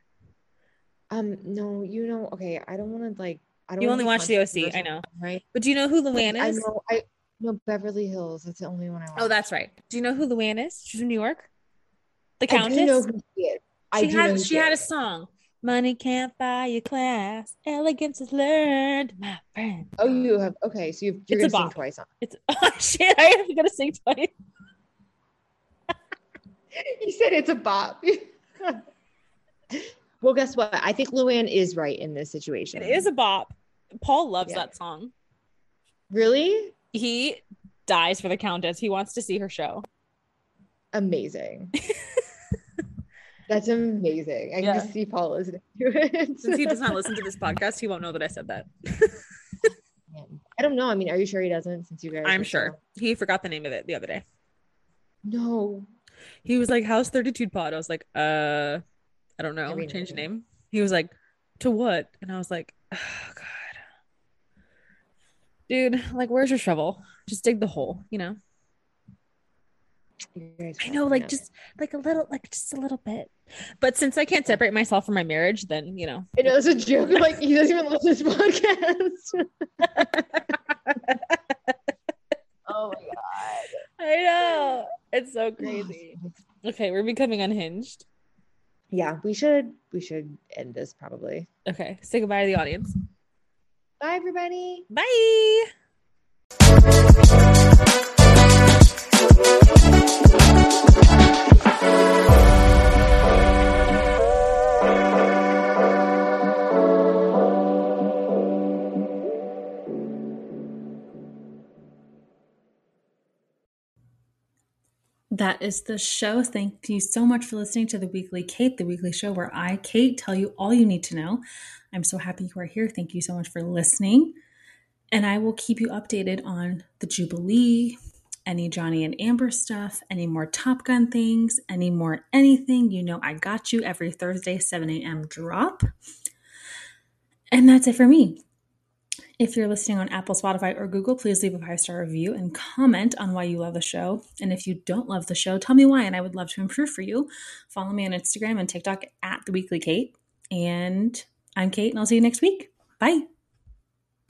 S1: Um, no, you know, okay. I don't want to like. I don't.
S2: You
S1: wanna
S2: only
S1: be
S2: watch the OC, I
S1: controversial,
S2: know.
S1: right?
S2: But do you know who
S1: Like,
S2: Luann
S1: I
S2: is?
S1: know. I no Beverly Hills. That's the only one I. Watch.
S2: Oh, that's right. Do you know who Luann is? She's from New York. The
S1: I
S2: Countess.
S1: do know who she is. I
S2: she
S1: do know
S2: had
S1: who
S2: she had a
S1: is.
S2: song. Money can't buy you class. Elegance is learned, my friend.
S1: Oh, you have okay. So you've, you're
S2: It's a
S1: gonna sing
S2: bop.
S1: twice on.
S2: It's oh shit. I am gonna sing twice.
S1: You said it's a bop. well, guess what? I think Luann is right in this situation.
S2: It is a bop. Paul loves
S1: Yeah.
S2: that song.
S1: really
S2: He dies for the Countess. He wants to see her show.
S1: amazing. That's amazing. I
S2: Yeah.
S1: can just see Paul listening to it.
S2: Since he does not listen to this podcast, he won't know that I said that.
S1: I don't know. I mean, are you sure he doesn't? Since you guys,
S2: I'm
S1: are
S2: sure
S1: so-
S2: he forgot the name of it the other day.
S1: No,
S2: He was like, "How's Thirtitude Pod?" I was like, "Uh, I don't know.
S1: Every
S2: Change the
S1: name.
S2: name." He was like, "To what?" And I was like, "Oh God, dude! Like, where's your shovel? Just dig the hole, you know."
S1: you guys
S2: I
S1: are
S2: know, like
S1: nuts.
S2: just like a little, like just a little bit. But since I can't separate myself from my marriage, then you know,
S1: I know it's a joke. Like he doesn't even listen to this podcast. oh my god,
S2: I know it's so crazy. okay, we're becoming unhinged.
S1: Yeah, we should we should end this probably.
S2: Okay, say goodbye to the audience.
S1: Bye, everybody.
S2: Bye.
S3: That is the show. Thank you so much for listening to the Weekly Kate, the weekly show where I, Kate, tell you all you need to know. I'm so happy you are here. Thank you so much for listening. And I will keep you updated on the Jubilee, any Johnny and Amber stuff, any more Top Gun things, any more anything. You know, I got you every Thursday, 7 a.m. drop. And that's it for me. If you're listening on Apple, Spotify, or Google, please leave a five star review and comment on why you love the show. And if you don't love the show, tell me why, and I would love to improve for you. Follow me on Instagram and TikTok at The Weekly Kate. And I'm Kate, and I'll see you next week. Bye.